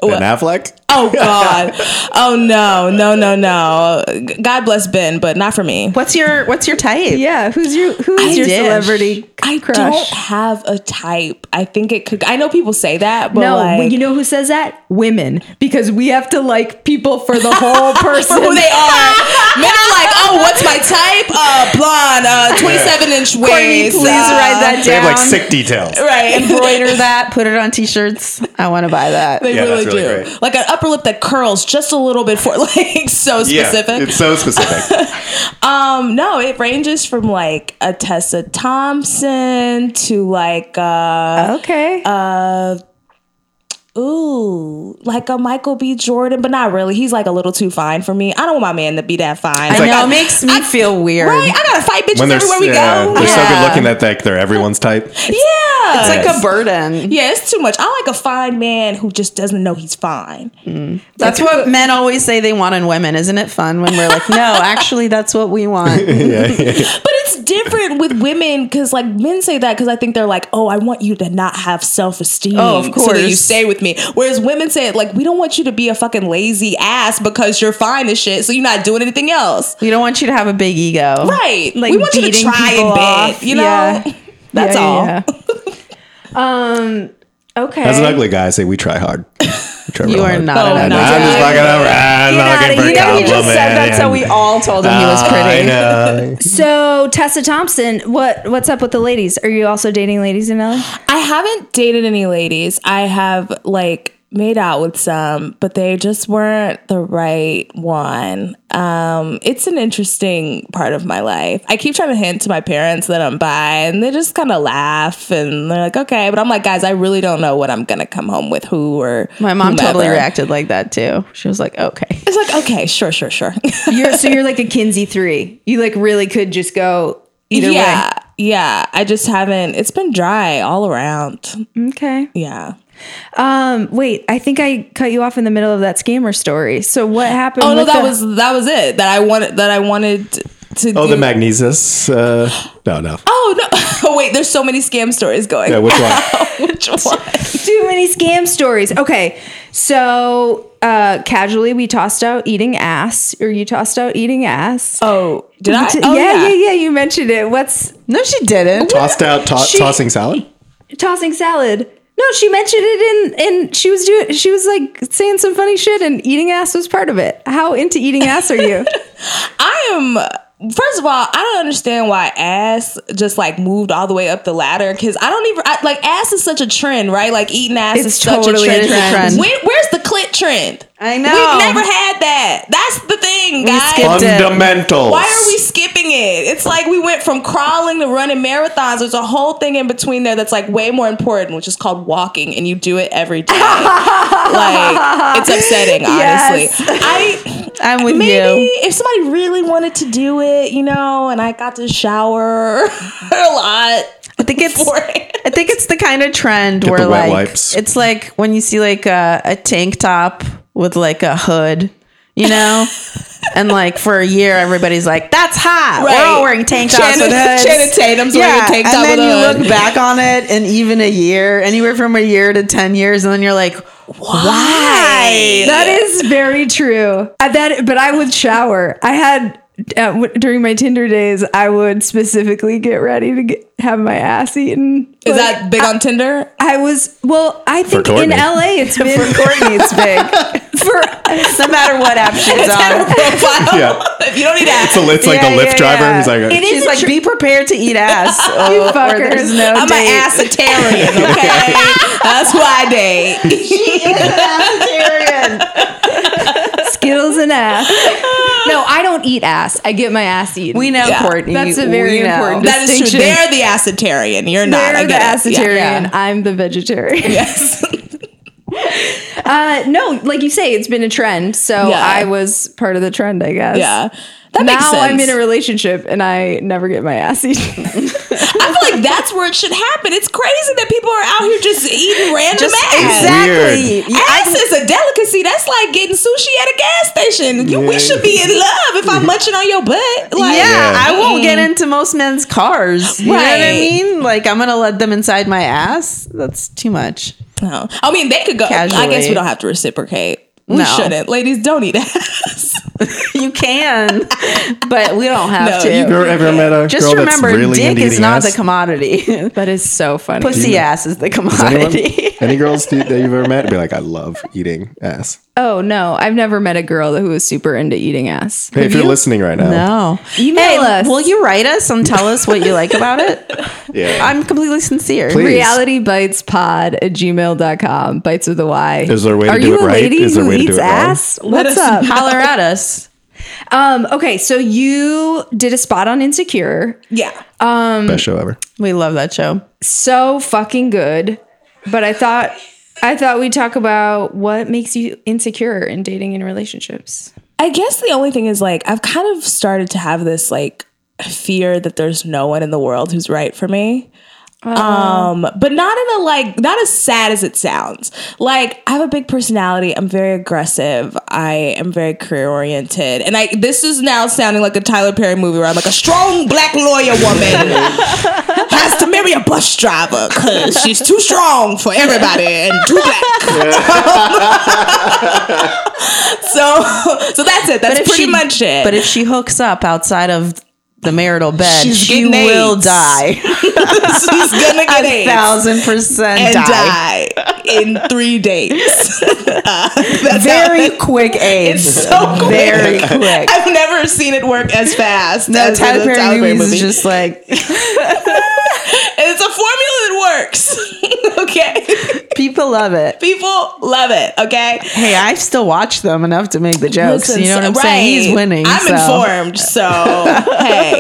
S5: Ben Affleck?
S2: oh God. oh no, no, no, no. G- God bless Ben, but not for me.
S4: What's your what's your type?
S3: Yeah, who's your who's your
S4: did.
S3: celebrity
S2: I
S3: crush?
S2: don't have a type. I think it could. I know people say that, but
S3: no,
S2: like,
S3: you know who says that? Women, because we have to like people for the whole person.
S2: for who they are. Men are like, oh, what's my type? Uh, blonde, uh, 27 inch waist. uh,
S4: Please write that
S5: They have
S4: down.
S5: like sick details.
S2: Right.
S4: Embroider that, put it on t-shirts. I want to buy that.
S2: They
S5: Yeah,
S2: really,
S5: that's really
S2: do.
S5: great.
S2: Like an upper lip that curls just a little bit for like so
S5: Yeah,
S2: specific.
S5: it's so specific.
S2: um, no, it ranges from like a Tessa Thompson to like uh
S3: okay.
S2: ooh, like a Michael B. Jordan, but not really. He's like a little too fine for me. I don't want my man to be that fine.
S4: I
S2: Like,
S4: know it makes me feel weird.
S2: Right, I gotta fight bitches
S5: when they're
S2: everywhere we
S5: yeah,
S2: go.
S5: they're
S2: Like,
S5: so good
S4: Yeah.
S5: looking that like they're everyone's type.
S2: yeah,
S4: It's like a burden.
S2: yeah, it's too much. I like a fine man who just doesn't know he's fine.
S4: That's what men always say they want in women. Isn't it fun when we're like, no, actually, that's what we want.
S5: Yeah, yeah, yeah.
S2: But it's different with women because like men say that because I think they're like, oh, I want you to not have self esteem.
S4: Oh, of
S2: So that you
S4: course.
S2: stay with me. Whereas women say it like, we don't want you to be a fucking lazy ass because you're fine as shit, so you're not doing anything else.
S4: We don't want you to have a big ego.
S2: Right.
S4: Like
S2: we want you to
S4: beating
S2: try
S4: people
S2: in bed.
S4: off.
S2: You know?
S4: Yeah.
S2: That's all. Oh,
S3: all. um. Okay.
S5: As an ugly guy, I say we try hard. We try real
S4: You are
S5: hard.
S4: not
S2: Oh,
S4: an
S5: And
S2: no.
S4: ugly
S5: I'm just
S4: guy.
S5: fucking around.
S3: Get
S5: not
S3: outta
S5: looking for
S3: here.
S5: a
S3: You know, he just
S5: compliment
S4: said that's how
S5: and-
S4: we all told him he was
S5: Ah, I
S4: pretty.
S5: know.
S3: So Tessa Thompson, what what's up with the ladies? Are you also dating ladies in LA?
S2: I haven't dated any ladies. I have like made out with some, but they just weren't the right one. Um, it's an interesting part of my life. I keep trying to hint to my parents that I'm bi, and they just kind of laugh and they're like, "Okay," but I'm like, "Guys, I really don't know what I'm gonna come home with, who or
S4: My mom totally
S2: whomever."
S4: reacted like that too. She was like, okay.
S2: It's like, okay, sure, sure, sure.
S3: You're so you're like a Kinsey three. You like really could just go either
S2: yeah, yeah. I just haven't. It's been dry all around.
S3: way. Okay.
S2: Yeah.
S3: Um. Wait. I think I cut you off in the middle of that scammer story. So what happened?
S2: Oh no,
S3: with
S2: that
S3: the-
S2: was that was it. That I wanted that I wanted to
S5: Oh, the
S2: do-
S5: Magnesis. Uh, no, no.
S2: Oh no! Oh wait, there's so many scam stories going.
S5: Yeah, which one?
S2: Which one?
S3: Too many scam stories. Okay. So uh casually we tossed out eating ass or you tossed out eating ass.
S2: Oh, did I?
S3: T-
S2: Oh,
S3: yeah, yeah, yeah, You mentioned it. What's
S6: No, she didn't.
S5: Tossed out to-
S3: She-
S5: tossing salad?
S3: tossing salad? No, she mentioned it in and she was doing she was like saying some funny shit and eating ass was part of it. How into eating ass are you?
S2: I am. First of all, I don't understand why ass just like moved all the way up the ladder because I don't even I, like ass is such a trend, right? Like eating ass
S3: It's
S2: is such
S3: totally
S2: a trend.
S3: a trend.
S2: Where- where's the clit trend?
S6: I know.
S2: We've never had that. That's the thing, guys.
S6: skipped it.
S5: Fundamentals.
S2: Why are we skipping it? It's like we went from crawling to running marathons. There's a whole thing in between there that's like way more important, which is called walking, and you do it every day. like it's upsetting, honestly.
S3: Yes.
S2: I
S6: I'm with
S2: maybe
S6: you.
S2: if somebody really wanted to do it, you know, and I got to shower a lot.
S6: I think it's.
S2: for it.
S6: I think it's the kind of trend where
S5: the wet
S6: like
S5: wipes.
S6: it's like when you see like a, a tank top with like a hood, you know, and like for a year everybody's like that's hot. We're all wearing tank tops
S2: Channing,
S6: with hoods.
S2: Channing Tatum's wearing a tank top with
S6: and then
S2: a
S6: you
S2: hood.
S6: look back on it, and even a year, anywhere from a year to ten years, and then you're like, why?
S3: That is very true. I, that, but I would shower. I had uh, w- during my Tinder days. I would specifically get ready to get, have my ass eaten.
S2: Is that big on Tinder?
S3: I was well. I think in
S5: Courtney.
S3: LA, it's been for Courtney. It's big for
S6: no matter what app she's on.
S2: Profile.
S5: Yeah.
S2: If you don't need ass.
S5: It's, a, it's like
S6: Yeah,
S5: the Lyft
S6: yeah,
S5: driver
S6: yeah.
S5: who's like,
S3: is
S6: She's
S3: a
S6: like,
S3: tr-
S6: be prepared to eat ass. Or,
S3: You
S6: or
S3: fuckers.
S6: there's no
S2: I'm
S6: date.
S2: an assitarian, okay? That's why I date.
S3: skills and ass. No, I don't eat ass. I get my ass eaten.
S6: We know
S2: Yeah.
S6: Courtney.
S3: That's a very
S6: We know.
S3: important
S2: That is true.
S3: distinction.
S2: They're the assitarian. You're not. I
S3: They're the
S2: get it. Yeah.
S3: ascetarian. I'm the vegetarian.
S2: Yes.
S3: Uh, no, like you say, it's been a trend. So
S2: Yeah.
S3: I was part of the trend, I guess.
S2: Yeah. That makes
S3: now
S2: sense.
S3: I'm in a relationship and I never get my ass eaten.
S2: I feel like that's where it should happen. It's crazy that people are out here just eating random
S6: Just
S2: ass.
S6: exactly.
S5: Weird.
S6: You-
S2: Ass is a delicacy. That's like getting sushi at a gas station. You, we should be in love if I'm munching on your butt. Like,
S6: yeah,
S5: Yeah.
S6: I won't get into most men's cars. You know what I
S2: Right.
S6: mean? Like I'm gonna let them inside my ass. That's too much.
S2: No. I mean, they could go. I guess
S6: Casually.
S2: we don't have to reciprocate. We
S6: No.
S2: shouldn't. Ladies, don't eat ass.
S6: You can, but we don't have
S2: No,
S6: to.
S5: you ever, ever met a
S6: Just
S5: girl that's
S6: remember,
S5: really
S6: dick
S5: into
S6: is
S5: eating
S6: not
S5: ass?
S6: the commodity.
S3: that is so funny.
S6: Pussy ass is the
S5: Anyone,
S6: commodity.
S5: any girls do, that you've ever met be like, I love eating ass.
S3: Oh no, I've never met a girl who was super into eating ass.
S5: Hey, if you're listening right now,
S6: No.
S3: Email
S6: hey,
S3: us.
S6: Will you write us and tell us what you like about it?
S5: yeah,
S6: I'm completely sincere.
S5: Please.
S3: Reality bites pod at gmail.com. Bites with a Y.
S5: Is there a way to
S3: Are
S5: do
S3: you
S5: it
S3: a
S5: right?
S3: lady
S5: Is there a
S3: who
S5: way to do
S3: eats
S5: it wrong?
S3: ass?
S6: Let
S3: What's
S6: us
S3: up?
S6: holler at us.
S3: Um, okay, so you did a spot on Insecure.
S2: yeah.
S5: best show ever.
S6: We love that show.
S3: So fucking good. But I thought I thought we'd talk about what makes you insecure in dating and relationships.
S2: I guess the only thing is like I've kind of started to have this like fear that there's no one in the world who's right for me. Um, but not in a like not as sad as it sounds. Like I have a big personality. I'm very aggressive. I am very career oriented. And I this is now sounding like a Tyler Perry movie where I'm like a strong black lawyer woman has to marry a bus driver because she's too strong for everybody and too black. so so that's it. That's
S6: if
S2: pretty
S6: she-
S2: much it.
S6: But if she hooks up outside of the marital bed,
S2: She's
S6: she
S2: getting
S6: will
S2: AIDS.
S6: die.
S2: she's gonna get
S6: A
S2: AIDS
S6: thousand percent
S2: and
S6: die.
S2: die. in three days. Uh, that's
S6: Very
S2: how-
S6: quick AIDS.
S2: It's so quick.
S6: Very quick.
S2: I've never seen it work as fast.
S6: No,
S2: as in
S6: Tyler
S2: the
S6: Perry movies
S2: movie.
S6: is just like
S2: it's a formula that works. okay,
S6: people love it.
S2: people love it. Okay,
S6: Hey, I still watch them enough to make the jokes.
S2: Listen,
S6: you know what
S2: so-
S6: I'm saying? He's
S2: right.
S6: winning.
S2: I'm
S6: so.
S2: informed. So hey,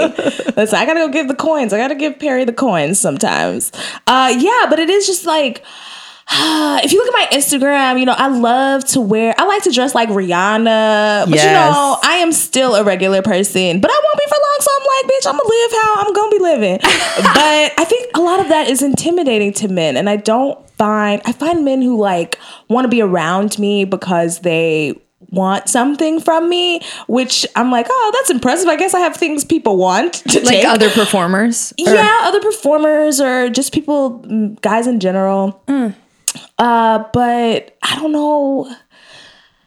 S2: listen, I gotta go give the coins. I gotta give Perry the coins sometimes. Uh, yeah, but it is just like. If you look at my Instagram, you know, I love to wear, I like to dress like Rihanna, but you
S6: Yes.
S2: know, I am still a regular person, but I won't be for long. So I'm like, bitch, I'm gonna live how I'm gonna be living. but I think a lot of that is intimidating to men, and I don't find, I find men who like wanna be around me because they want something from me, which I'm like, oh, that's impressive. I guess I have things people want to
S3: like
S2: take.
S3: other performers. Or-
S2: yeah, other performers or just people, mm, guys in general. Uh, but I don't know.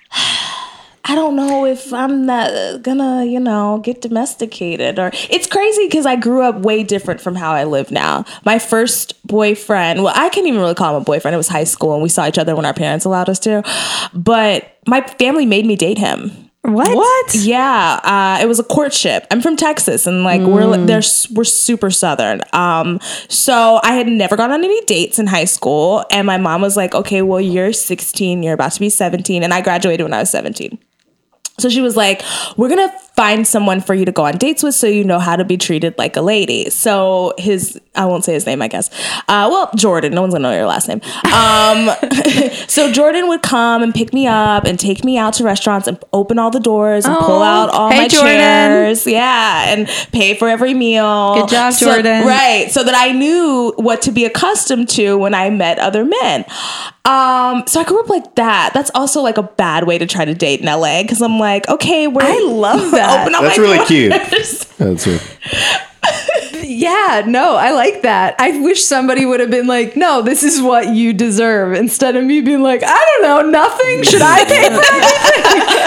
S2: I don't know if I'm not gonna, you know, get domesticated or it's crazy because I grew up way different from how I live now. My first boyfriend, well, I can't even really call him a boyfriend. It was high school and we saw each other when our parents allowed us to. But my family made me date him.
S3: What? What?
S2: Yeah, uh, it was a courtship. I'm from Texas, and like we're li- they're s- we're super southern. Um, so I had never gone on any dates in high school, and my mom was like, "Okay, well you're 16, you're about to be 17," and I graduated when I was 17. So she was like, "We're gonna find someone for you to go on dates with, so you know how to be treated like a lady." So his, I won't say his name, I guess. Uh, well, Jordan. No one's gonna know your last name. Um, so Jordan would come and pick me up and take me out to restaurants and open all the doors and pull out all
S6: Oh, Hey,
S2: my
S6: Jordan.
S2: chairs, yeah, and pay for every meal.
S6: Good job,
S2: So-
S6: Jordan.
S2: Right, so that I knew what to be accustomed to when I met other men. Um, so I grew up like that. That's also like a bad way to try to date in LA because I'm like, okay, we're I love that. open up
S6: Oh
S5: That's
S2: my
S5: really
S2: door.
S5: cute. That's re-
S3: Yeah, no, I like that. I wish somebody would have been like, no, this is what you deserve, instead of me being like, I don't know, nothing. Should I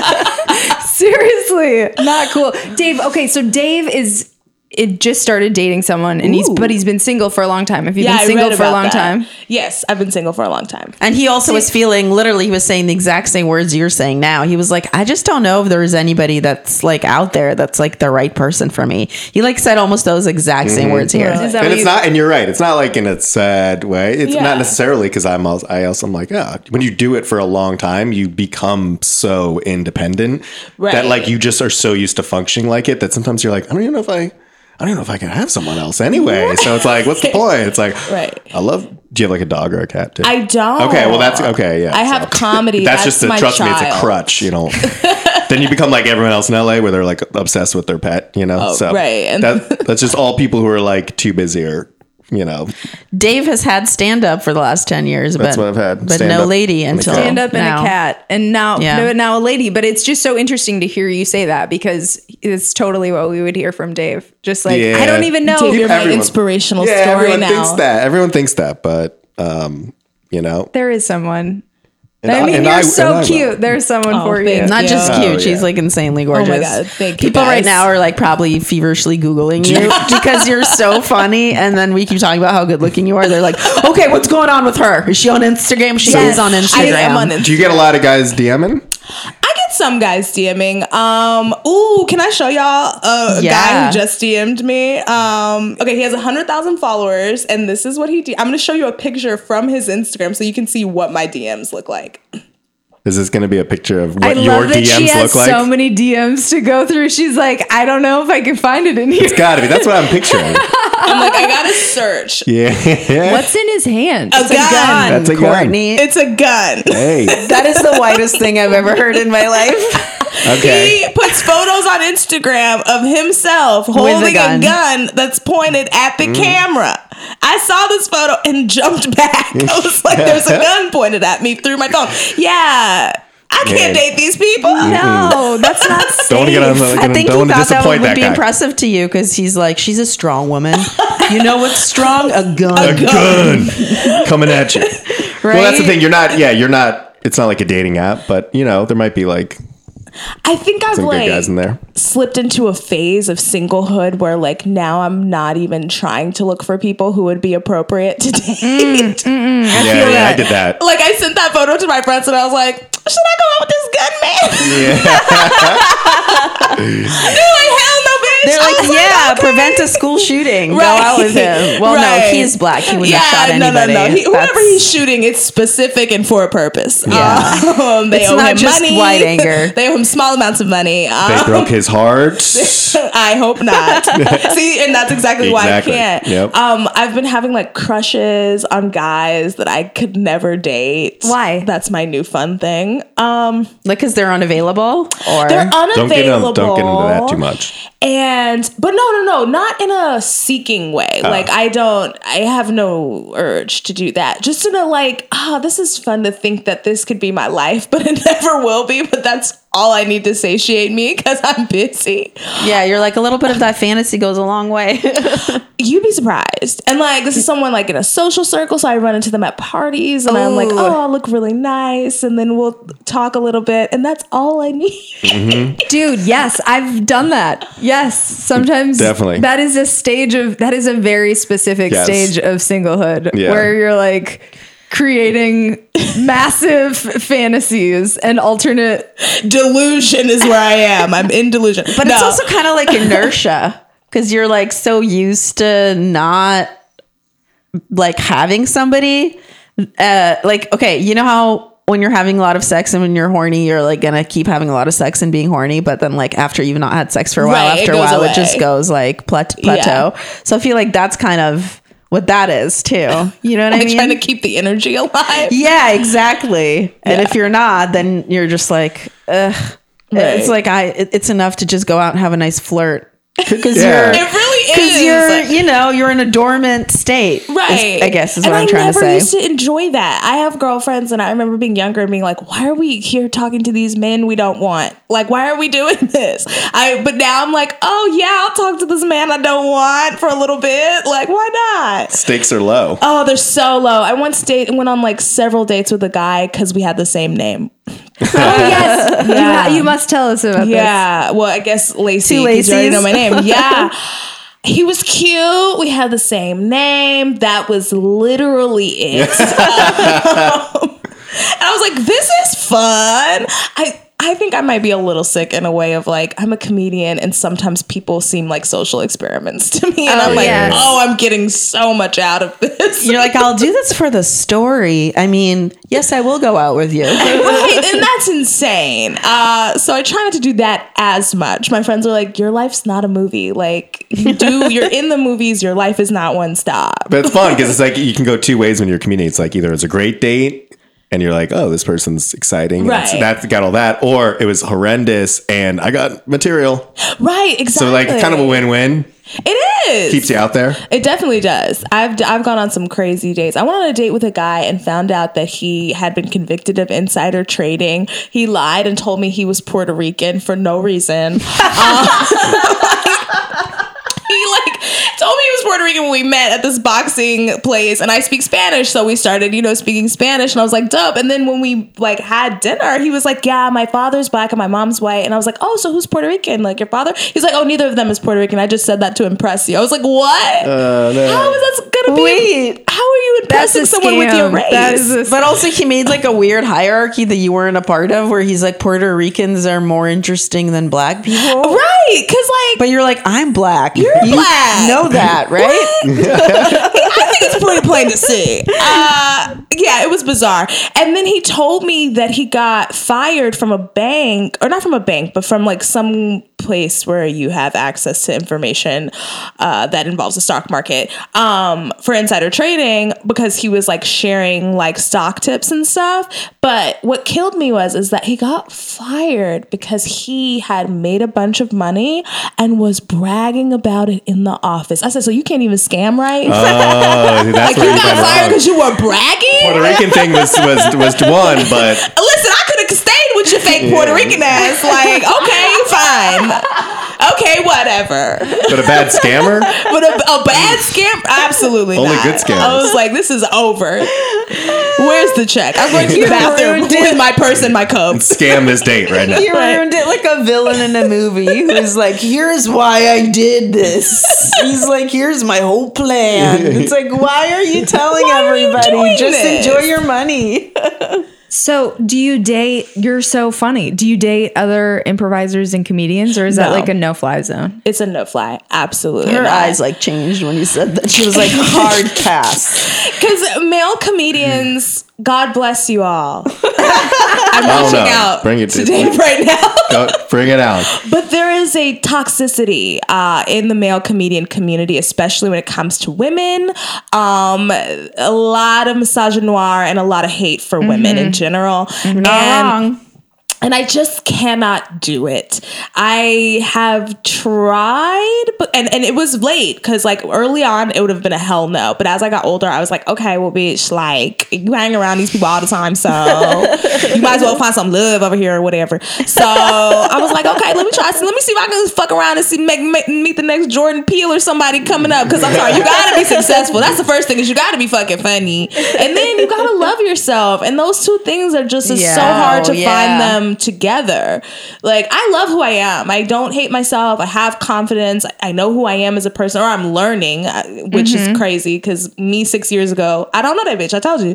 S3: pay for anything? Seriously, not cool. Dave, okay, so Dave is it just started dating someone and he's but he's been single for a long time. Have you
S2: Yeah, I
S3: been
S2: read
S3: single for a
S2: about
S3: long
S2: that.
S3: time?
S2: Yes, I've been single for a long time.
S6: And he also was feeling literally, he was saying the exact same words you're saying now. He was like, I just don't know if there is anybody that's like out there that's like the right person for me. He like said almost those exact same
S2: Mm-hmm.
S6: words here.
S3: Is that
S5: and
S3: what
S5: it's
S3: you
S5: not, and you're right. It's not like in a sad way. It's
S2: Yeah.
S5: not necessarily because I'm also, I also am like, ah, when you do it for a long time, you become so independent
S2: Right.
S5: that like you just are so used to functioning like it that sometimes you're like, I don't even know if I, I don't even know if I can have someone else anyway. So it's like, what's the point? It's like,
S2: Right.
S5: I love. Do you have like a dog or a cat? Too?
S2: I don't.
S5: Okay, well that's okay. Yeah,
S2: I have comedy.
S5: That's,
S2: That's,
S5: just a,
S2: my
S5: trust
S2: child.
S5: me, it's a crutch. You know. then you become like everyone else in LA, where they're like obsessed with their pet. You know, so
S2: right, and-
S5: that, that's just all people who are like too busy or you know.
S6: Dave has had stand up for the last 10 years, but,
S5: That's what I've had,
S6: but no
S5: stand-up
S6: lady
S5: and a
S6: until
S5: cat.
S3: stand up and
S6: now.
S3: a cat and now
S6: Oh, Yeah.
S3: no, now a lady but it's just so interesting to hear you say that because it's totally what we would hear from dave just like i
S5: Yeah.
S3: don't even know
S2: Dave,
S5: Keep
S2: you're my
S5: everyone-
S2: inspirational
S5: Yeah,
S2: story
S5: everyone
S2: now.
S5: thinks that. Everyone thinks that, but um, you know,
S3: there is someone
S5: And
S3: i mean
S5: and
S3: you're
S5: I-
S3: so
S5: and I-
S3: cute there's someone
S2: Oh,
S3: for you
S2: thanks.
S6: Not just
S2: Yeah.
S6: cute,
S5: Oh,
S6: she's
S5: yeah.
S6: like insanely gorgeous.
S2: God, thank you,
S6: People right
S2: guys.
S6: now are like probably feverishly Googling you because you're so funny. And then we keep talking about how good looking you are. They're like, okay, what's going on with her? Is she on Instagram? She is on Instagram.
S2: I am on
S5: Do you get a lot of guys DMing?
S2: I get some guys DMing. Um, ooh, can I show y'all a a guy
S6: Yeah.
S2: who just DM'd me? Um, okay, he has hundred thousand followers, and this is what he. De- I'm going to show you a picture from his Instagram so you can see what my DMs look like.
S5: Is this going to be a picture of
S3: I
S5: what your
S3: love that she
S5: DMs
S3: has
S5: look like?
S3: so many DMs to go through. She's like, I don't know if I can find it in here.
S5: it's got to be. That's what I'm picturing.
S2: I'm like, I gotta search.
S5: yeah,
S3: What's in his hand?
S6: Oh,
S2: A gun.
S5: That's a gun.
S6: Courtney.
S2: It's a gun.
S5: hey,
S6: That is the whitest thing I've ever heard in my life.
S5: okay.
S2: He puts photos on Instagram of himself
S6: a
S2: holding a gun.
S6: gun.
S2: that's pointed at the
S5: Mm-hmm.
S2: camera. I saw this photo and jumped back. I was like, there's a gun pointed at me through my phone. Yeah. I can't
S5: Man.
S2: date these people.
S6: Oh,
S3: No, that's not safe.
S5: Don't want to get on. the-
S6: I think
S5: don't want
S6: he
S5: to
S6: thought that would
S5: disappoint that
S6: be
S5: guy.
S6: impressive to you because he's like, she's a strong woman. You know what's strong? A gun.
S5: gun coming at you. Well, that's the thing. You're not. Yeah, you're not. It's not like a dating app, but you know there might be like
S2: I think I've
S5: some good
S2: like
S5: guys in there.
S2: slipped into a phase of singlehood where like now I'm not even trying to look for people who would be appropriate to date.
S5: yeah, yeah, I did that.
S2: Like I sent that photo to my friends and I was like, should I go out with this gun man? They're like, hell no, bitch.
S3: Oh,
S6: They're
S2: I
S6: like,
S2: was
S6: yeah,
S2: okay."
S6: prevent a school shooting.
S2: Right.
S6: Go out with him. Well,
S2: Right.
S6: no, he's black. He wouldn't have shot anybody.
S2: no, no, no. He, whoever
S6: That's-
S2: he's shooting, it's specific and for a purpose. Yeah. Um, they
S6: It's
S2: owe
S6: not
S2: him
S6: just
S2: money.
S6: white anger.
S2: they owe him small amounts of money. Um,
S5: They broke his heart.
S2: I hope not. See, and that's exactly why
S5: Exactly.
S2: I can't.
S5: Yep.
S2: Um, I've been having like crushes on guys that I could never date.
S3: Why?
S2: That's my new fun thing. Um,
S6: like, because they're unavailable or
S2: they're
S5: Don't get
S2: unavailable.
S5: into, don't get into that too much.
S2: And but no, no, no, not in a seeking way. Like I don't, I have no urge to do that. Just in a like, ah, this is fun to think that this could be my life, but it never will be. But that's all I need to satiate me because I'm busy.
S6: Yeah, you're like a little bit of that fantasy goes a long way.
S2: You'd be surprised. And like this is someone like in a social circle, so I run into them at parties and I'm like, oh, I look really nice. And then we'll talk a little bit, and that's all I need.
S3: Dude, yes, I've done that. Yes, sometimes
S5: Definitely.
S3: That is a stage of that is a very specific
S5: Yes.
S3: stage of singlehood
S5: Yeah.
S3: where you're like creating massive fantasies and alternate.
S2: Delusion is where I am. I'm in delusion.
S6: But it's also kind of like inertia because you're like so used to not like having somebody. Uh, like, okay, you know how when you're having a lot of sex and when you're horny, you're like gonna keep having a lot of sex and being horny, but then like after you've not had sex for a while,
S2: Right, it
S6: after a
S2: goes
S6: while,
S2: away.
S6: it just goes like plat- plateau. So I feel like that's kind of what that is too. You know what I
S2: I'm
S6: mean?
S2: trying to keep the energy alive.
S6: Yeah, exactly. And if you're not, then you're just like, ugh. It's like I. it- It's enough to just go out and have a nice flirt because
S5: Yeah.
S6: you're
S2: It really
S6: because
S2: is.
S6: you're
S2: Like-
S6: you know you're in a dormant state. is-
S2: Right.
S6: I guess is
S2: And
S6: what I'm trying
S2: I never
S6: to say.
S2: used to enjoy that. I have girlfriends, and I remember being younger and being like, "Why are we here talking to these men we don't want? Like, why are we doing this?" I but now I'm like, "Oh yeah, I'll talk to this man I don't want for a little bit. Like, why not?"
S5: Stakes are low.
S2: Oh, they're so low. I once date went on like several dates with a guy because we had the same name.
S3: Oh yes, you, ha- you must tell us about this.
S2: Yeah. Well, I guess Lacey.
S6: Two
S2: 'cause You already
S6: Lacey's.
S2: know my name. Yeah. He was cute. We had the same name. That was literally it. Um, and I was like, this is fun. I I think I might be a little sick in a way of like, I'm a comedian and sometimes people seem like social experiments to me. And
S3: Oh,
S2: I'm like,
S3: yes.
S2: oh, I'm getting so much out of this.
S6: You're like, I'll do this for the story. I mean, yes, I will go out with you.
S2: right? And that's insane. Uh, so I try not to do that as much. My friends are like, "Your life's not a movie. Like you do, you're in the movies. Your life is not one stop."
S5: But it's fun because it's like you can go two ways when you're a comedian. It's like either it's a great date and you're like, oh, this person's exciting. and it's-
S2: Right.
S5: That's got all that. Or it was horrendous and I got material.
S2: Right? Exactly.
S5: So, like, kind of a win win.
S2: It is.
S5: Keeps you out there.
S2: It definitely does. I've I've gone on some crazy dates. I went on a date with a guy and found out that he had been convicted of insider trading. He lied and told me he was Puerto Rican for no reason. Um, he like told me he was Puerto Rican when we met at this boxing place, and I speak Spanish, so we started, you know, speaking Spanish, and I was like, "Dope." And then when we like had dinner, he was like, "Yeah, my father's black and my mom's white," and I was like, "Oh, so who's Puerto Rican? Like your father?" He's like, "Oh, neither of them is Puerto Rican. I just said that to impress you." I was like, "What? How is that gonna be?
S6: Wait.
S2: how are you
S3: That's
S2: impressing
S3: a
S2: someone with your
S3: scam.
S2: race?"
S3: That is a
S6: But also, he made like a weird hierarchy that you weren't a part of, where he's like Puerto Ricans are more interesting than black people.
S2: right? Because like.
S6: But you're like, I'm black. You're
S2: black.
S6: Know that, right?
S2: I think it's pretty plain to see. Uh, yeah, it was bizarre. And then he told me that he got fired from a bank, or not from a bank, but from like some place where you have access to information uh, that involves the stock market um, for insider trading because he was like sharing like stock tips and stuff. But what killed me was is that he got fired because he had made a bunch of money and was bragging about it in the office. I said, so you can't even scam, right?
S5: Oh, dude, that's
S2: You
S5: where you
S2: got
S5: went
S2: fired
S5: wrong.
S2: because you were bragging.
S5: Puerto Rican thing was was was one, but
S2: Listen, I could have stayed with your fake Puerto Rican ass. Like, okay, fine, okay, whatever.
S5: but a bad scammer.
S2: But a, a bad scam, absolutely
S5: Only
S2: not.
S5: good scammers.
S2: I was like, this is over. Where's the check? I'm going to the bathroom with my purse and my cup.
S5: Scam this date right now.
S6: You ruined it like a villain in a movie who's like, here's why I did this. He's like, here's my whole plan. It's like, why are you telling
S2: are you
S6: everybody?
S2: doing
S6: Just
S2: this?
S6: enjoy your money.
S3: So, do you date? You're so funny. Do you date other improvisers and comedians, or is that
S2: No.
S3: like a no-fly zone?
S2: It's a no fly, absolutely.
S6: Her eyes like changed when you said that. She was like, hard pass.
S2: because male comedians. God bless you all. I'm
S5: I don't
S2: reaching
S5: know.
S2: out
S5: Bring it
S2: to Dave
S5: to
S2: right now.
S5: Go- bring it out.
S2: But there is a toxicity uh, in the male comedian community, especially when it comes to women. Um, a lot of misogynoir and a lot of hate for women in general. and
S6: wrong.
S2: and I just cannot do it. I have tried, but and, and it was late because like early on it would have been a hell no. But as I got older, I was like, okay, well, bitch, like you hang around these people all the time, so you might as well find some love over here or whatever. So I was like, okay, let me try. Let me see if I can fuck around and see make, make meet the next Jordan Peele or somebody coming up. Because I'm sorry, you gotta be successful. That's the first thing is you gotta be fucking funny, and then you gotta love yourself. And those two things are just it's so
S6: Yeah.
S2: hard to
S6: Yeah.
S2: find them them together. Like I love who I am. I don't hate myself. I have confidence. I- I know who I am as a person, or I'm learning, uh, which is crazy because me six years ago, I don't know that bitch. I told you.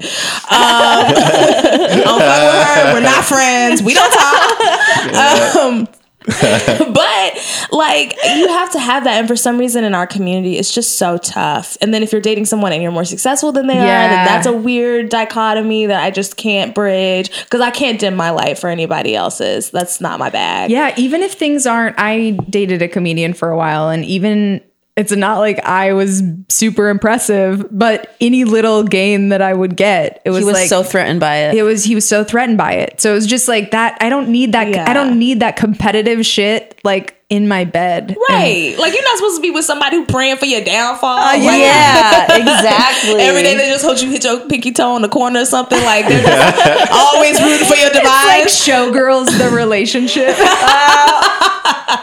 S2: Um, don't fuck with her. We're not friends. We don't talk. Um, but like you have to have that and for some reason in our community it's just so tough and then if you're dating someone and you're more successful than they are
S3: Yeah.
S2: then that's a weird dichotomy that i just can't bridge because i can't dim my light for anybody else's that's not my bag
S3: Yeah, even if things aren't, I dated a comedian for a while, and even it's not like I was super impressive, but any little gain that I would get, it was,
S6: He was
S3: like
S6: so threatened by it.
S3: it was he was so threatened by it. So it was just like that. I don't need that.
S2: Yeah.
S3: I don't need that competitive shit like in my bed.
S2: right like you're not supposed to be with somebody who praying for your downfall
S6: Uh,
S2: Like,
S6: yeah, exactly.
S2: Every day they just hope you hit your pinky toe on the corner or something like they're just always rooting for your demise.
S3: Like showgirls, the relationship.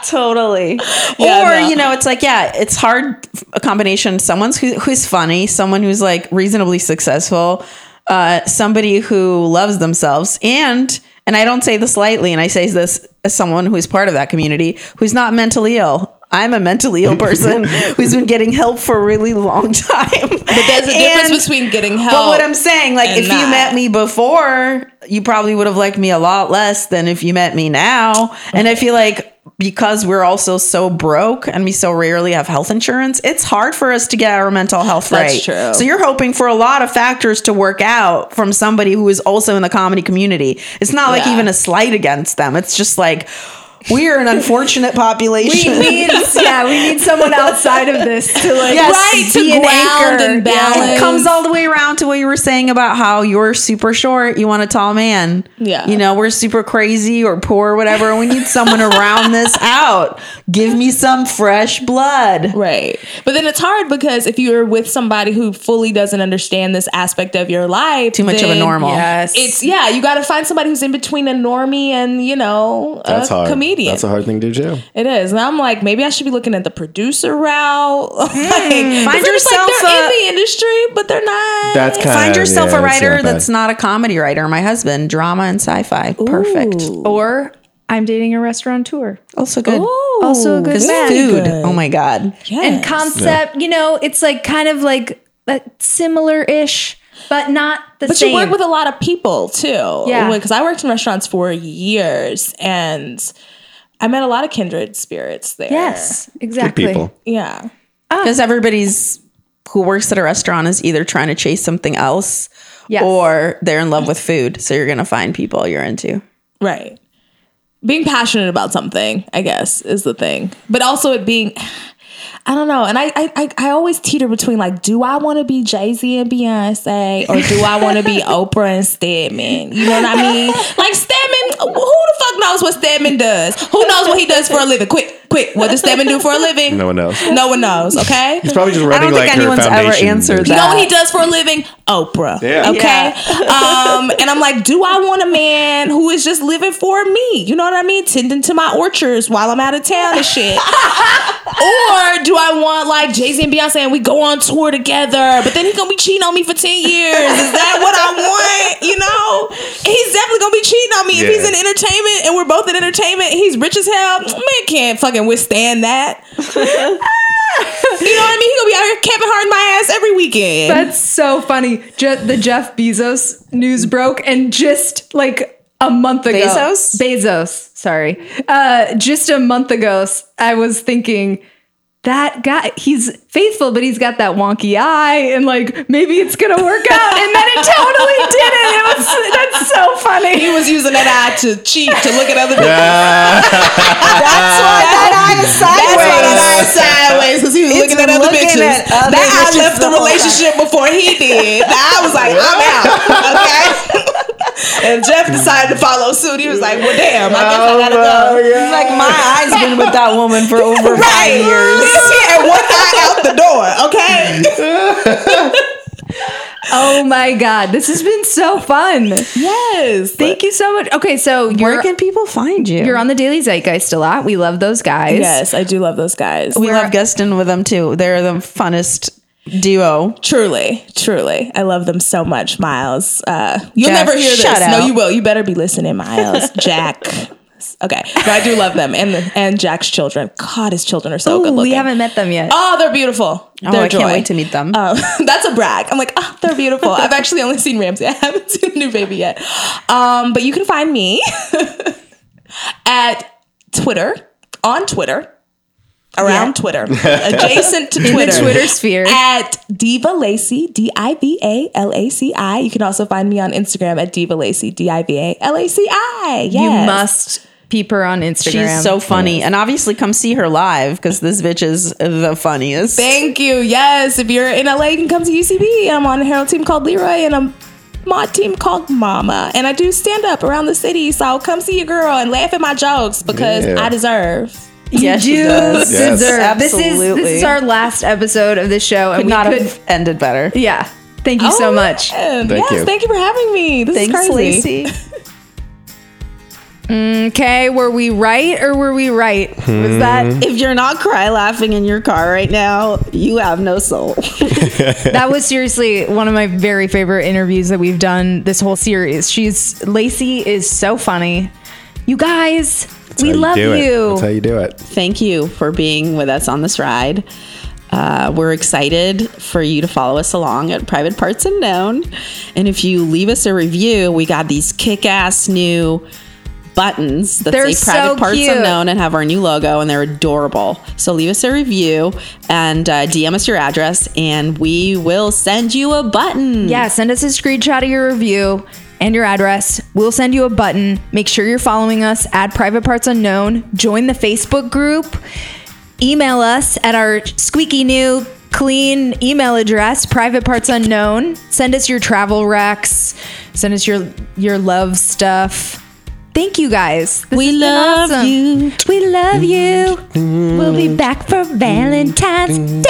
S6: totally.
S2: Yeah,
S6: or
S2: no.
S6: you know, it's like yeah, it's hard a combination. Someone's who, who's funny, someone who's like reasonably successful, uh, somebody who loves themselves, and and I don't say this lightly, and I say this as someone who's part of that community who's not mentally ill. I'm a mentally ill person who's been getting help for a really long time. But
S2: there's a difference between getting help
S6: But what I'm saying, like,
S2: Oh, and
S6: if you
S2: not.
S6: met me before, you probably would have liked me a lot less than if you met me now. And I feel like because we're also so broke and we so rarely have health insurance, it's hard for us to get our mental health
S2: That's
S6: right.
S2: true.
S6: So you're hoping for a lot of factors to work out from somebody who is also in the comedy community. It's not like
S2: Yeah.
S6: even a slight against them. It's just like we're an unfortunate
S3: we
S6: population.
S3: need, yeah, we need someone outside of this to like
S6: Yes.
S2: Right, to
S3: be an
S2: ground
S3: anchor.
S2: and
S3: Yeah.
S2: balance.
S6: it comes all the way around to what you were saying about how you're super short, you want a tall man.
S2: Yeah.
S6: You know, we're super crazy or poor or whatever. and We need someone to round this out. Give me some fresh blood.
S2: Right. But then it's hard because if you're with somebody who fully doesn't understand this aspect of your life,
S6: Too much of a
S2: then
S6: normal.
S3: Yes.
S2: It's yeah, you got to find somebody who's in between a normie and, you know, a
S5: That's hard.
S2: comedian.
S5: That's a hard thing to do.
S2: It is. And I'm like, maybe I should be looking at the producer route. like, find
S6: Hmm. yourself
S2: like they're
S6: a-
S2: in the industry, but they're not.
S5: That's kind
S6: Find
S5: of
S6: yourself
S5: Uh, yeah,
S6: a writer
S5: bad.
S6: that's not a comedy writer. My husband, drama and sci-fi. Perfect.
S3: or I'm dating a restaurateur.
S6: Also good.
S3: Also a good
S6: Because
S3: man.
S6: food. Oh my God.
S3: and concept. You know, it's like kind of like similar ish, but not the
S2: But
S3: same.
S2: you work with a lot of people too.
S3: Yeah.
S2: Because I worked in restaurants for years and I met a lot of kindred spirits there.
S3: yes,
S5: Good
S3: exactly.
S5: people.
S2: Yeah.
S6: Because everybody's who works at a restaurant is either trying to chase something else
S3: Yes.
S6: or they're in love with food. So you're gonna find people you're into.
S2: Right. Being passionate about something, I guess, is the thing. But also it being I don't know. And I I, I- I always teeter between like, do I want to be Jay-Z and Beyonce or do I want to be Oprah and Stedman? You know what I mean? Like Stedman, who the fuck knows what Stedman does? Who knows what he does for a living? Quick, quick, what does Stedman do for a living?
S5: No one knows.
S2: No one knows, okay?
S5: It's probably just
S6: I
S5: running
S6: don't think
S5: like her
S6: anyone's ever
S5: foundation.
S6: answered
S2: You
S6: that.
S2: know what he does for a living? Oprah.
S5: Yeah.
S2: Okay. Um, and I'm like, do I want a man who is just living for me? You know what I mean? Tending to my orchards while I'm out of town and shit. or do I want like Jay Z and Beyonce and we go on tour together, but then he's gonna be cheating on me for 10 years? Is that what I want? You know? He's definitely gonna be cheating on me if
S5: Yeah.
S2: he's in entertainment and we're both in entertainment and he's rich as hell. Man can't fucking withstand that. You know what I mean? He gonna be out here camping hard in my ass every weekend.
S3: That's so funny. Je- the Jeff Bezos news broke, and just like a month ago,
S6: Bezos?
S3: Bezos, sorry, uh, just a month ago, s- I was thinking. That guy, he's faithful, but he's got that wonky eye, and like maybe it's gonna work out. And then it totally did it. It was that's so funny.
S2: He was using that eye to cheat to look at other people.
S5: Ah,
S6: That's why that eye is
S2: That's why
S6: sideways.
S2: that eye sideways because he was looking at other
S6: looking
S2: bitches.
S6: at other
S2: that
S6: bitches
S2: eye left
S6: the
S2: the
S6: whole
S2: relationship before he did. The eye was like, I'm out. Okay. and
S4: And Jeff decided to follow suit. He was like, well, damn, I guess I gotta
S5: Oh,
S4: go.
S5: no, yeah.
S4: He's like, my eyes been with that woman for over five years. and one eye out the door, okay?
S3: Oh my god, this has been so fun.
S4: Yes.
S3: Thank you so much. Okay, so
S4: Where
S3: you're
S4: can people find you?
S3: you're on the Daily Zeitgeist a lot. We love those guys.
S2: Yes, I do love those guys.
S4: we love guesting with them too. They're the funnest duo.
S2: Truly, truly. I love them so much, Miles. Uh, you'll
S4: Jeff,
S2: never hear this.
S4: shut
S2: No,
S4: up.
S2: you will. You better be listening, Miles. Jack. Okay. But I do love them. And and Jack's children. God, his children are so good
S3: Ooh,
S2: looking.
S3: we haven't met them yet.
S2: Oh, they're beautiful.
S4: Oh,
S2: they're
S4: I
S2: joy.
S4: can't wait to meet them.
S2: Um, that's a brag. I'm like, oh, they're beautiful. I've actually only seen Ramsey. I haven't seen the new baby yet. Um, but you can find me at Twitter, on Twitter, around Twitter, adjacent to Twitter.
S3: Twitter sphere.
S2: At Diva Lacey, D I V A L A C I. You can also find me on Instagram at Diva Lacey, D I V A L A C I. Yes.
S3: You must peep her on Instagram.
S4: She's so funny. And obviously, come see her live because this bitch is the funniest.
S2: Thank you. Yes. If you're in LA, you can come to UCB. I'm on a Herald team called Leroy and a mod team called Mama. And I do stand up around the city. So come see your girl and laugh at my jokes because
S5: Yeah.
S2: I deserve.
S4: Yes, she
S3: you
S4: does.
S5: Yes.
S3: deserve. This is this
S4: Absolutely.
S3: is our last episode of this show, and
S4: Could
S3: we
S4: not
S3: could.
S4: have Oh, ended better.
S3: yeah. Thank you so much.
S2: Thank
S5: you.
S2: Thank you for having me. This is
S4: Thanks,
S2: crazy.
S4: Lacey.
S3: Okay, were we right or were we right? Was that
S4: If you're not cry laughing in your car right now, you have no soul.
S3: that was seriously one of my very favorite interviews that we've done this whole series. She's Lacey is so funny. You guys, we
S5: That's how
S3: love
S5: do it.
S3: you.
S5: That's how you do it.
S4: Thank you for being with us on this ride. Uh, we're excited for you to follow us along at Private Parts Unknown. And if you leave us a review, we got these kick ass new buttons that
S3: They're
S4: say Private
S3: so
S4: Parts
S3: cute.
S4: Unknown and have our new logo, and they're adorable. So leave us a review and uh, DM us your address, and we will send you a button.
S3: Yeah, send us a screenshot of your review and your address. We'll send you a button. Make sure you're following us at Private Parts Unknown. Join the Facebook group. Email us at our squeaky new clean email address, Private Parts Unknown. Send us your travel wrecks. Send us your your love stuff. Thank you guys. This
S4: We
S3: has been
S4: love you.
S3: We love you. We'll be back for Valentine's Day.